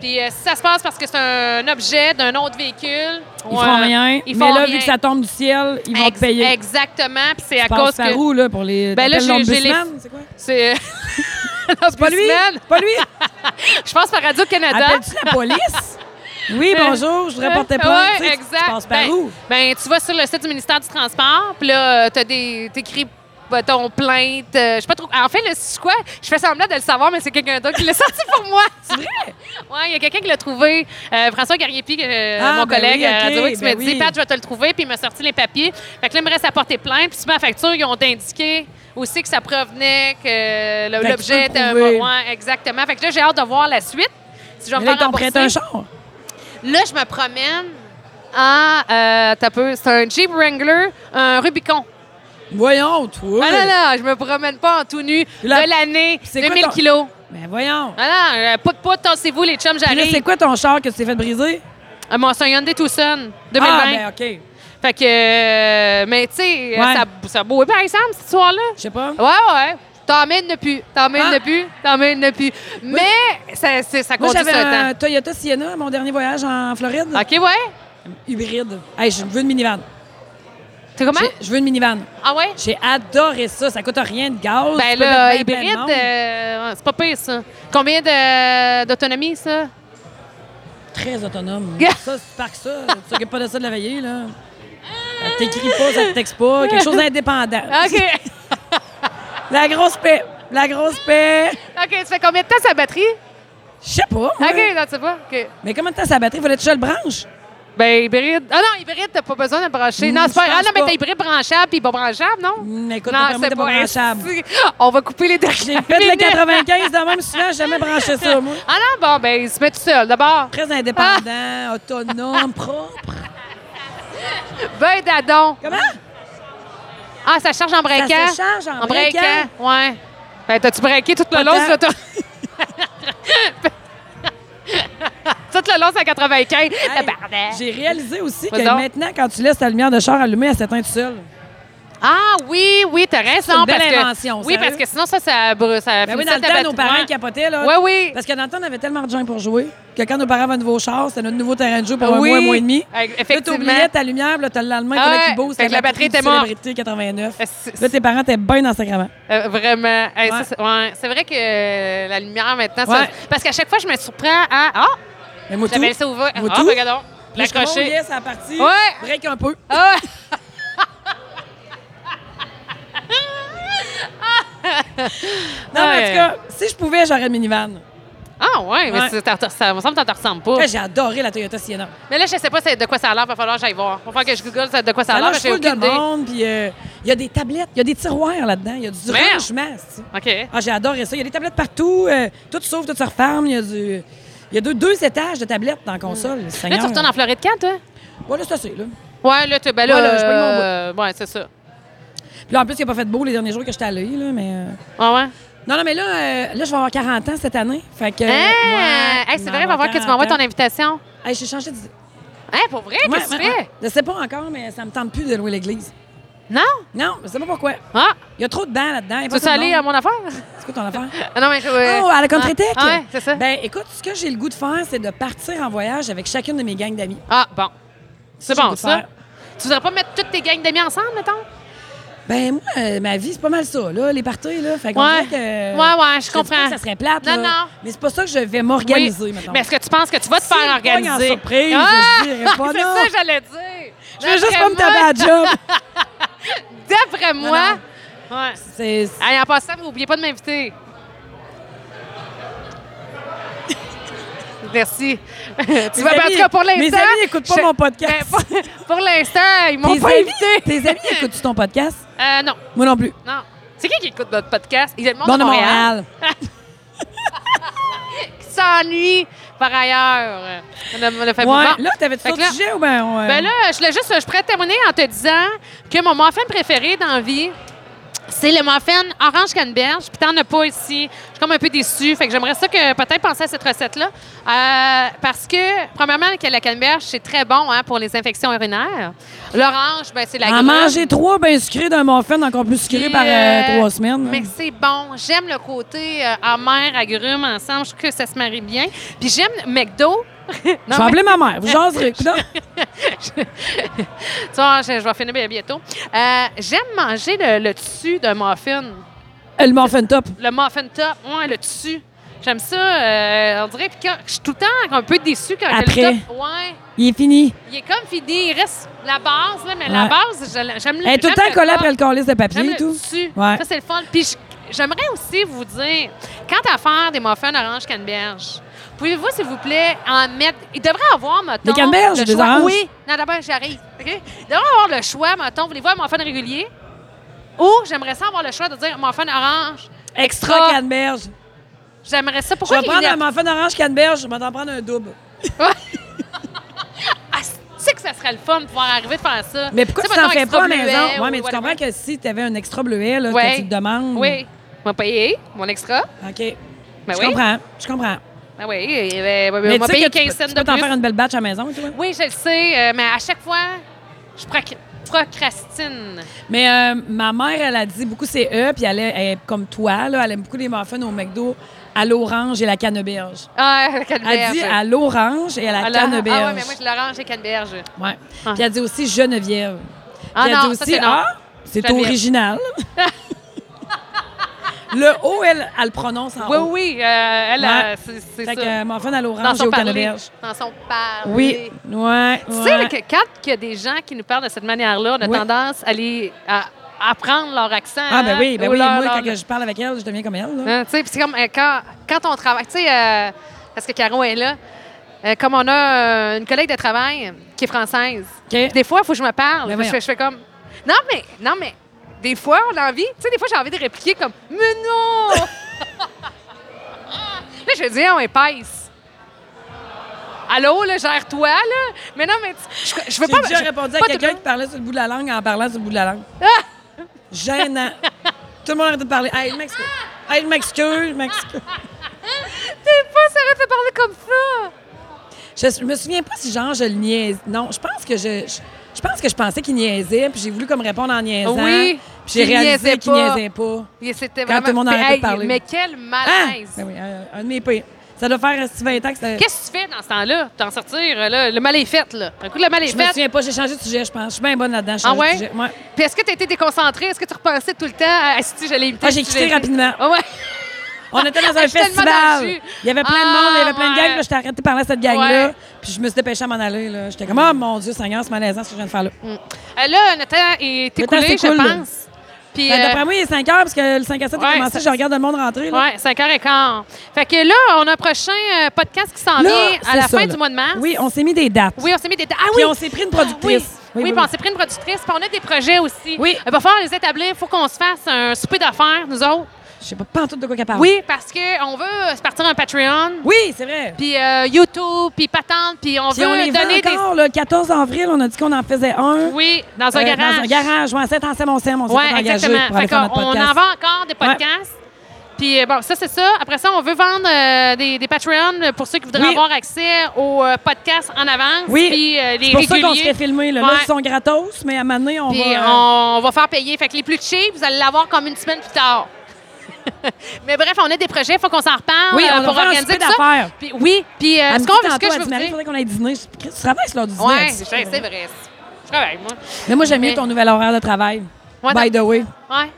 Puis euh, si ça se passe parce que c'est un objet d'un autre véhicule,
Ils feront rien.
ils
mais
font
là,
rien.
vu que ça tombe du ciel, ils vont
Ex-
te payer.
Exactement, puis c'est à
Tu passes
cause
par
que
où, là, pour les.
Ben là,
t'appelles
j'ai- j'ai les-
l'ombudsman? C'est quoi?
c'est
C'est pas lui? Pas lui?
Je pense par Radio Canada.
Appelles-tu la police? Oui, bonjour, je voudrais porter plainte.
pas.
Tu sais, tu- Tu passes par
ben,
où?
ben, tu vas sur le site du ministère du Transport, puis là, euh, t'as des, t'écris ben, ton plainte. euh, je sais pas trop. En fait, le c'est quoi Je fais semblant de le savoir, mais c'est quelqu'un d'autre qui l'a sorti pour moi. C'est vrai Ouais, il y a quelqu'un qui l'a trouvé. Euh, François Gariepi, euh,
Ah,
mon
ben
collègue
oui,
à
ok,
Radio, qui
ben
me dit
oui.
Pat, je vais te le trouver, puis il m'a sorti les papiers. Fait que là, il me reste à porter plainte, puis sur ma facture, ils ont indiqué aussi que ça provenait que euh, le-
Fait que
l'objet
Ben, tu peux
était
le
un
prouver.
ouais, exactement. Fait que là, j'ai hâte de voir la suite. Si je vais
Mais
me
là,
faire
ils t'ont prêté un
rembourser.
char.
Là, je me promène en. Euh, t'as peu, c'est un Jeep Wrangler, un Rubicon.
Voyons, toi.
Ah non, non, je me promène pas en tout nu
Là,
de l'année,
c'est quoi
2000
ton-
kilos.
Mais Ben, voyons.
Ah non, euh, pout pout, tassez-vous, les chums,
Puis là, c'est
j'arrive.
quoi ton char que tu t'es fait briser?
Ah, Mon c'est un Hyundai Tucson, 2020.
Ah, ben, OK.
Fait que. euh, mais, tu sais,
Ouais.
ça, ça beau. par exemple, cette soirée-là.
Je sais pas.
Ouais, ouais. T'emmènes ne plus. T'emmènes
Ah.
ne plus. T'emmènes ne plus. Mais, ça, c'est- ça
Moi,
compte juste
j'avais
un
un
temps. Ah.
Toyota Sienna, mon dernier voyage en Floride.
OK, ouais.
Hybride. Hey, je veux une minivan.
T'es comment?
J'ai- Je veux une minivan.
Ah, ouais?
J'ai adoré ça. Ça coûte rien de gaz. Tu
Ben
peux
là,
mettre ben, ben de
hybride,
monde.
euh, c'est pas pire, ça. Combien de- d'autonomie, ça?
Très autonome.
Gars.
ça, c'est par que ça. Tu t'occupes pas de ça de la veillée, là. Ça t'écrit pas, ça te texte pas. Quelque chose d'indépendant.
OK.
La grosse paix. La grosse paix.
OK, tu fais combien de temps sa batterie?
Je sais pas. moi.
OK, non, tu sais pas. OK.
Mais comment t'as sa batterie? Fallait que je le branche?
Ben, hybride. Ah non, hybride, t'as pas besoin de le brancher.
Hmm,
non, c'est pas. Mmh.
je
Ah
pense
non, mais
pas.
t'es hybride branchable puis pas branchable, non?
Hmm, écoute,
non,
d'après moi, t'es pas branchable.
Si. On va couper les
J'ai
derniers.
fait le 95 de même souvent. J'ai jamais branché ça, moi.
Ah non, bon, ben, il se met tout seul, d'abord.
Très
Ah.
indépendant, autonome, propre.
Ben, dadon.
Comment?
Ah, ça charge en
Ça
breakant.
se charge en,
En breakant, ouais. Ben, t'as-tu breaké tout
Pas
le long
tant.
sur l'auto? tout le long, c'est à 95.
Hey,
Tabarnak.
J'ai réalisé aussi que
Vas-y donc.
maintenant, quand tu laisses ta lumière de char allumée, elle s'éteint toute seule. Ben
Ah oui, oui, t'as raison.
une belle
parce que-
invention,
Oui,
sérieux.
parce que sinon, ça, ça, br- ça
Ben oui,
finissait
dans le
de
temps, nos
battre-
parents
Ouais.
capotaient, là.
Ouais, oui.
Parce que dans le temps, on avait tellement de gens pour jouer que quand nos parents avaient un nouveau char, c'était notre nouveau terrain de jeu pour un
Oui.
mois, un mois et demi.
Euh,
Là,
effectivement.
t'oubliais ta lumière, puis là, t'as le lendemain, il
Ah
fallait
ouais.
qu'il beau.
Fait
c'était
que la batterie
du
était morte.
Célébrité 89.
Euh, c'est-
Là, tes parents étaient bien dans le sacrement.
euh, vraiment. Hey, ça,
Ouais.
c'est ouais. C'est vrai que euh, la lumière maintenant. ça-
Ouais.
parce qu'à chaque fois, je me surprends à. Ah,
Mais moi,
j'avais
tout.
laissé ouvert. Ah,
Moi, tout.
regarde
Là, je crois,
L'accrocher.
yes, c'est la partie.
Ouais.
Break un peu.
Ah!
Non, mais en
Ouais.
tout cas, si je pouvais, j'aurais une minivan.
Ah, ouais, mais
Ouais.
c'est- t'en- t'en- ça me semble que t'en ressembles pas.
Ouais, J'ai adoré la Toyota Sienna.
Mais là, je sais pas c'est de quoi ça a l'air. Va falloir que j'aille voir. Va falloir que je google ça- de quoi ça a
Ça
l'air.
lâche
J'ai
full de
aucune idée.
monde, puis euh, il y a des tablettes, il y a des tiroirs là-dedans, il y a du
Merde.
rangement. c'est-
OK.
Ah, j'ai adoré ça. Il y a des tablettes partout. euh, tout s'ouvre, tout se referme. Il y a du. Il y a deux, deux étages de tablettes dans la console.
Là, tu retournes en Floride quand, toi?
Ouais, là, c'est assez, là.
Ouais, là, tu. Ben là.
Ouais, là, je pogne mon bout.
euh, ouais, c'est ça.
Puis là, en plus, il n'a pas fait beau les derniers jours que j'étais allée, là, mais. euh,
Ah, ouais.
Non, non, mais là, euh, là, je vais avoir 40 ans cette année. Fait que.
Hein? Hey, c'est vrai, va voir que tu m'envoies ton invitation.
Hey, j'ai changé d'idée.
Hein, pour vrai?
Ouais,
Qu'est-ce que
ouais,
tu fais?
ouais. Je sais pas encore, mais ça me tente plus de louer l'église.
Non?
Non, je sais pas pourquoi.
Ah!
Il y a trop de dents là-dedans. il y a
Tu
pas
veux
tout le
aller
monde.
à mon affaire?
C'est quoi ton affaire?
Ah, non, mais je.
Oh, à la contre
Ah, ouais, c'est ça.
Ben, écoute, ce que j'ai le goût de faire, c'est de partir en voyage avec chacune de mes gangs d'amis.
Ah, bon.
Ça,
C'est
j'ai le
bon,
goût de
ça.
faire.
Tu voudrais pas mettre toutes tes gangs d'amis ensemble, mettons?
Ben, moi, euh, ma vie, c'est pas mal ça, là, les parties, là. Fait qu'on
Ouais.
dirait que.
Ouais, ouais, je
te dis euh, pas
comprends.
que ça serait plate,
Non,
là.
non.
Mais c'est pas ça que je vais m'organiser,
Oui.
mettons.
Mais est-ce que tu penses que tu vas te
Si
faire
je pogne en
organiser?
surprise,
Ah!
je dirais pas
c'est
non.
ça que j'allais dire.
je vais juste pas me
D'après
taper à
moi-
la job.
D'après moi. Ouais.
C'est- c'est-
Allez, en passant, n'oubliez pas de m'inviter. Merci. tu
Mes
vas
amis-
battre pour l'instant.
mes amis n'écoutent pas
je-
mon podcast.
Ben, pour- pour l'instant, ils m'ont
Tes
pas
amis-
invité.
Tes amis, écoutes-tu ton podcast?
Euh, non,
Moi non plus.
non. C'est qui qui écoute notre podcast? Il y a le monde
Bon,
de Montréal, qui s'ennuie par ailleurs. On a- on a fait
Ouais,
bon.
là, t'avais-tu
Fait que
d'autres
là-
sujets ou ben. on, euh,
Ben là, je voulais juste, je pourrais terminer en te disant que mon muffin préféré dans la vie, c'est le muffin orange canneberge, puis t'en as pas ici. Je suis comme un peu déçue, fait que j'aimerais ça que peut-être penser à cette recette-là. Euh, parce que, premièrement, que la canneberge, c'est très bon hein, pour les infections urinaires. L'orange, ben, c'est la
En
grume.
manger trois ben sucrés d'un muffin, encore plus sucré
Puis,
par euh,
euh,
trois semaines.
Mais
hein.
c'est bon. J'aime le côté euh, amer, agrumes ensemble. Je trouve que ça se marie bien. Puis j'aime McDo.
Je
Non,
vais
mais-
appeler ma mère. Vous jaserez. Coudon.
tu vois, je, je vais finir bien bientôt. Euh, J'aime manger le, le dessus d'un muffin.
Elle m'en fait une top.
Le muffin top, ouais, le dessus. J'aime ça. euh, on dirait puis quand je suis tout le temps un peu déçue quand que
Après.
le top. Ouais.
Il est fini.
Il est comme fini. Il reste la base, là, mais
Ouais.
la base, je- j'aime le
Elle est tout le
j'aime
temps collée
top.
après le corliss de papier
J'aime
et
le
tout.
dessus.
Ouais.
Ça, c'est le fun. Puis je- j'aimerais aussi vous dire, quant à faire des muffins orange canneberge, pouvez-vous, s'il vous plaît, en mettre... Il devrait avoir, mettons...
Des canneberges,
le
des
choix-
oranges?
Oui. Non, d'abord, j'arrive. OK? Il devrait avoir le choix, mettons, voulez-vous un muffin régulier? Ou j'aimerais ça avoir le choix de dire muffin orange.
Extra canneberge.
J'aimerais ça.
Je
Pourquoi
vais prendre
il
un muffin orange canneberge. Je vais t'en prendre un double.
Ah, c'est que ça serait le fun de pouvoir arriver de faire ça.
Mais pourquoi
Tu sais,
tu t'en
mettons,
fais
extra
pas à la
bleuet
maison?
ou
Ouais, mais tu
whatever.
comprends que si t'avais un extra bleuet, là,
Ouais.
que tu te demandes.
Oui. On va payer mon extra.
OK.
Ben
je
oui.
comprends. Je comprends.
Ben oui, eh ben, ben,
Mais
on va
tu sais
payer
que tu
15
peux-
cents
tu
de
peux t'en
plus.
faire une belle batch à la maison, tu vois.
Oui, je le sais, euh, mais à chaque fois, je proc- procrastine.
Mais euh, ma mère, elle a dit beaucoup c'est eux, puis elle est, elle est comme toi, là, elle aime beaucoup les muffins au McDo à l'orange et la canneberge.
Ah, la canneberge.
Elle dit à l'orange et à la
Ah, la-
canneberge.
Ah, ouais, mais moi, je l'orange et canneberge.
Ouais.
Ah.
Puis elle dit aussi Geneviève.
Ah
Puis elle
non,
dit
ça,
aussi
c'est non.
Ah, c'est
Geneviève.
original. le O, elle, elle le prononce en
Oui,
haut.
oui, euh, elle,
Ouais.
euh, c'est c'est ça.
Fait que mon à
Dans
l'orange et
son
au
parler.
canneberge.
Dans son parler.
Oui. Ouais.
Tu sais, là,
ouais.
que quand il y a des gens qui nous parlent de cette manière-là, on a
Oui.
tendance à, les, à apprendre leur accent.
Ah, ben oui, ben
ou
oui.
leur-
Moi,
leur-
quand que je parle avec elle, je deviens comme elle. là.
Hein, tu sais, puis c'est comme euh, quand, quand on travaille, tu sais, euh, parce que Caro est là, euh, comme on a euh, une collègue de travail qui est française,
OK.
puis des fois, il faut que je me parle.
Mais
Puis je, fais,
voyons.
je fais comme. Non, mais, non, mais, des fois, on a envie, tu sais, des fois, j'ai envie de répliquer comme, mais non! là, je dis, on épaisse. Allô, là, gère-toi, là. Mais non, mais tu- je, je veux pas.
J'ai déjà
je-
répondu à
pas Ah! tout
quelqu'un
le
qui
monde.
parlait sur le bout de la langue en parlant sur le bout de la langue. Gênant. Tout le monde arrête de parler. Hey, je m'excuse. Hey, je m'excuse, je m'excuse.
T'es pas sérieux de parler comme ça.
Je, je me souviens pas si genre je le niaise. Non, je pense que je, je, Je pense que je pensais qu'il niaisait, puis j'ai voulu comme répondre en niaisant.
Ah Oui,
Puis j'ai
il niaisait
réalisé qu'il
pas.
niaisait pas.
Et C'était
Quand
vraiment...
tout le monde
mais,
arrête de parler.
mais quel
Ah!
malaise!
Ben oui, un, un de mes pires. Ça doit faire euh, 20 ans que ça...
Qu'est-ce que tu fais dans ce temps-là? T'en sortir, euh, là, le mal est fait, là. Un coup, le mal est
Je me
fait.
souviens pas, j'ai changé de sujet, je pense. Je suis bien bonne là-dedans. j'ai
Ah
changé de
ouais?
sujet. Ouais.
Puis est-ce que tu étais déconcentrée? Est-ce que tu repensais tout le temps à si j'allais imiter?
Ah, j'ai
si
quitté
j'allais-
rapidement.
Ah ouais.
On était dans
Ah, Je
un
suis tellement dans le
festival.
jus.
Il y avait plein de
Ah,
monde, il y avait plein de
ouais.
gangs. là, J'étais arrêtée par là, cette gang-là.
Ouais.
Puis je me suis dépêchée à m'en aller. là. J'étais comme, oh mon Dieu, Seigneur, c'est malaisant ce que je viens de faire là.
Mm. Euh, Là, notre temps est
Le temps
écoulé, je
s'écoule.
pense. Puis,
Ben,
euh,
D'après moi, il est 5 heures parce que le 5 à 7
ouais,
a commencé.
ça-
Je regarde le monde rentrer. Là.
ouais, 5h15. Fait que là, on a un prochain euh, podcast qui s'en
Là,
vient à
c'est
la
ça,
fin
là.
du mois de mars.
Oui, on s'est mis des dates.
Oui, on s'est mis des... Ah oui!
Puis on s'est pris une productrice.
Oui, oui,
oui,
puis on s'est pris une productrice. Puis on a des projets aussi.
Oui.
Il va falloir les établir. Il faut qu'on se fasse un souper d'affaires, nous autres.
Je sais pas, pas en tout de quoi qu'elle parle.
Oui, parce qu'on veut euh, se partir un Patreon,
Oui, c'est vrai.
puis euh, YouTube, puis patente, puis on
Puis
veut
on les
donner
vend
des...
encore. là. Le 14 avril, on a dit qu'on en faisait un.
Oui, dans un
Euh,
garage.
Dans un garage. Ouais, à saint anselme on s'est
Oui,
engagé
exactement.
pour aller
Fait
faire
qu'on
notre
on
podcast.
en vend encore des podcasts. Puis euh, bon, ça, c'est ça. Après ça, on veut vendre euh, des, des Patreons pour ceux qui voudraient
Oui.
avoir accès aux euh, podcasts en avance.
Oui.
Puis euh, les
C'est pour ça qu'on se
réguliers.
fait filmer. Là,
Ouais.
Là, ils sont gratos, mais à un moment donné, on
Puis
va... euh,
on, va faire payer. Fait que les plus cheap, vous allez l'avoir comme une semaine plus tard. Mais bref, on a des projets, il faut qu'on s'en reparle
Oui,
euh,
on va
pour
faire un
organiser
souper
tout ça.
d'affaires.
Puis, oui, puis euh,
Elle me
ce
dit
qu'on veut, ce
tantôt,
que je
elle
veux
dit,
vous
Marie,
dire.
faudrait qu'on aille dîner. Je dis, Christ, Tu travailles sur l'heure du dîner.
Ouais,
elle dit.
c'est c'est vrai. Je travaille, moi.
Mais moi, j'aime
Mais-
mieux ton nouvel horaire de travail.
Ouais,
By the way.
Ouais.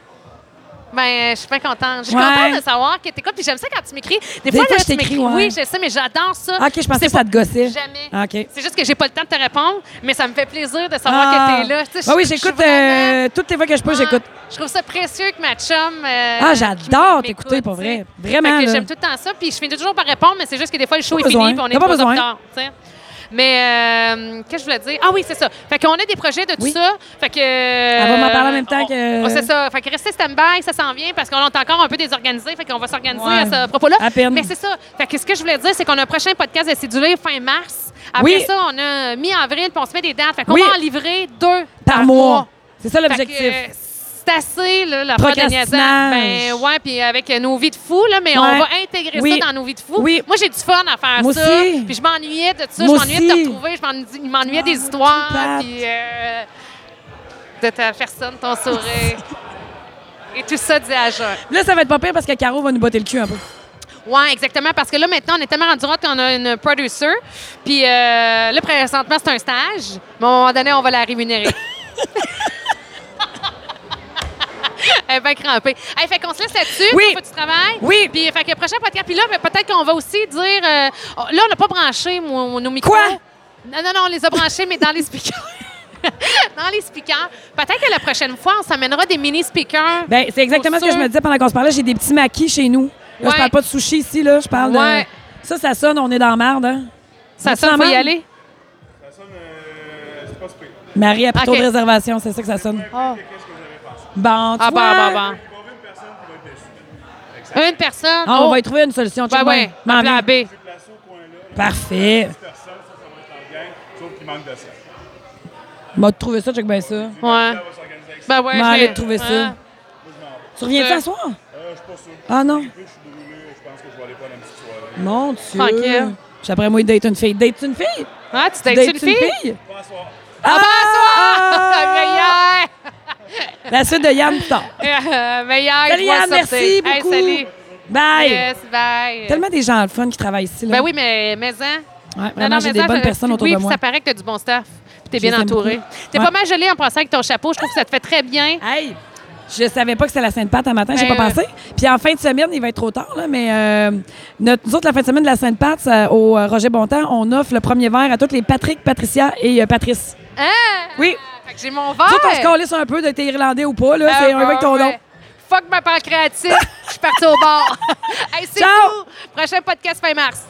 Ben, euh, je suis bien contente. Je suis
Ouais.
contente de savoir que t'es quoi. Puis j'aime ça quand tu m'écris. Des,
Des
fois,
fois,
là,
je
tu
t'écris,
m'écris.
ouais.
Oui, je sais, mais j'adore ça.
Ah, OK, je pensais
C'est
que ça te gossait.
Jamais.
Ah, OK.
C'est juste que j'ai pas le temps de te répondre, mais ça me fait plaisir de savoir que t'es là. Tu sais,
Ah oui,
je- je suis
j'écoute
vraiment-
euh, toutes les fois que je peux,
Ah,
j'écoute.
Je trouve ça précieux que ma chum. euh,
Ah, j'adore
qui m'écoute,
t'écouter, pour
tu sais.
vrai. Vraiment,
Fait que
là.
j'aime tout le temps ça. Puis je finis toujours par répondre, mais c'est juste que des fois, le show
Pas
est fini,
besoin.
puis on est
T'as pas
trois heures
besoin.
tard, tu sais. Mais euh, qu'est-ce que je voulais dire? Ah oui, c'est ça. Fait qu'on a des projets de tout
Oui.
ça. Fait que. Elle
va m'en parler en même temps que-
c'est ça. Fait que restez stand-by, ça s'en vient parce qu'on est encore un peu désorganisé. Fait qu'on va s'organiser
Ouais.
à ce propos-là.
À peine.
Mais c'est ça. Fait que ce que je voulais dire, c'est qu'on a un prochain podcast de Cédulé fin mars. Après
Oui.
ça, on a mi-avril, puis on se met des dates. Fait qu'on
Oui.
va en livrer deux
Par, mois. C'est ça
Ah. fait que,
l'objectif.
euh, C'est assez, là, la fraude de niaisage. Ben,
Procrastinage.
ouais, puis avec euh, nos vies de fous, là, mais on
Ouais.
va intégrer
Oui.
ça dans nos vies de fous.
Oui.
Moi, j'ai du fun à faire
Moi
ça.
aussi.
Puis je m'ennuyais de ça.
Moi
je m'ennuyais de te
aussi.
retrouver. Je m'en- m'ennuyais des
Ah,
histoires.
tout plate.
Puis euh, de ta personne, ton sourire. Et tout ça dit à jeun.
Là, ça va être pas pire parce que Caro va nous botter le cul un peu.
Ouais, exactement. Parce que là, maintenant, on est tellement rendu hot qu'on a une producer. Puis euh, là, présentement, c'est un stage. Mais à un moment donné, on va la rémunérer. Elle est bien crampée. Hey, fait qu'on se laisse là-dessus.
Oui.
On fait du travail.
Oui.
Puis, fait que prochain podcast. Puis là, ben, peut-être qu'on va aussi dire. euh, là, on n'a pas branché mon- nos micros.
Quoi?
Non, non, non, on les a branchés, mais dans les speakers. dans les speakers. Peut-être que la prochaine fois, on s'amènera des mini-speakers.
Ben, c'est exactement
Pour
ce que je
sûr.
me disais pendant qu'on se parlait. J'ai des petits maquis chez nous. Là,
Ouais.
je parle pas de sushi ici, là. Je parle
Ouais.
de. Ça, ça sonne, on est dans la merde, hein.
ça,
Mais
ça, on va y
finalement,
aller.
Ça sonne. euh, c'est pas super.
Marie a plutôt
Ok.
de réservation, c'est ça que ça sonne.
Oh.
Qu'est-ce que vous avez pensé?
Bon, tu
Ah,
vois,
bah, bah, bah.
Il va y avoir une personne qui va être déçue.
Une personne.
Ah, on
Oh.
va y trouver une solution.
Ben
Check
ouais,
bien.
un
M'en
plan
vient.
B.
Placé au coin-là,
Parfait.
personne, ça, ça va être en gang, sauf qu'il manque de ça.
M'a trouvé ça, check bien ça.
Ouais.
On va s'organiser avec ça.
Ben ouais.
M'en
je-
aller de trouver
Ouais.
ça. Tu reviens-tu
Euh.
à soir?
Euh, je suis pas sûr.
Ah non.
Je suis brûlé, je pense que je vais aller prendre une petite soirée.
Mon Dieu.
Tranquille.
Puis après moi, il date une fille. Date une fille?
Ah, tu t'es une fille? bah,
Bonsoir.
Ah,
Ah, meilleure!
La suite de Yann plus tard.
Euh, meilleure, je
Salut
vois
Yann,
sortir.
merci
Hey,
beaucoup.
salut.
Bye.
Yes, bye.
Tellement des gens le fun qui travaillent ici. Là.
Ben oui, mais maison.
Ouais, vraiment, j'ai des
maison,
bonnes
ça-
personnes autour
oui,
de
puis
moi.
ça paraît que t'as du bon staff. Puis t'es
Je les
bien
aime
entouré.
beaucoup.
T'es
Ouais.
pas mal gelée en passant avec ton chapeau. Je trouve que ça te fait très bien.
Hey! Je savais pas que c'était la Sainte-Pâte un matin, j'ai
Ben,
pas
euh,
pensé. Puis en fin de semaine, il va être trop tard, là, mais euh, notre, nous autres, la fin de semaine de la Sainte-Pâte, ça, au euh, Roger Bontemps, on offre le premier verre à toutes les Patrick, Patricia et euh, Patrice.
Hein?
Oui.
Fait que j'ai mon verre.
Tout on se calisse un peu de t'es irlandais ou pas, là,
Ah,
c'est un avec ton
ouais.
nom.
Fuck ma pancréatite. Je suis partie au bord. hey, c'est
Ciao.
tout. Prochain podcast fin mars.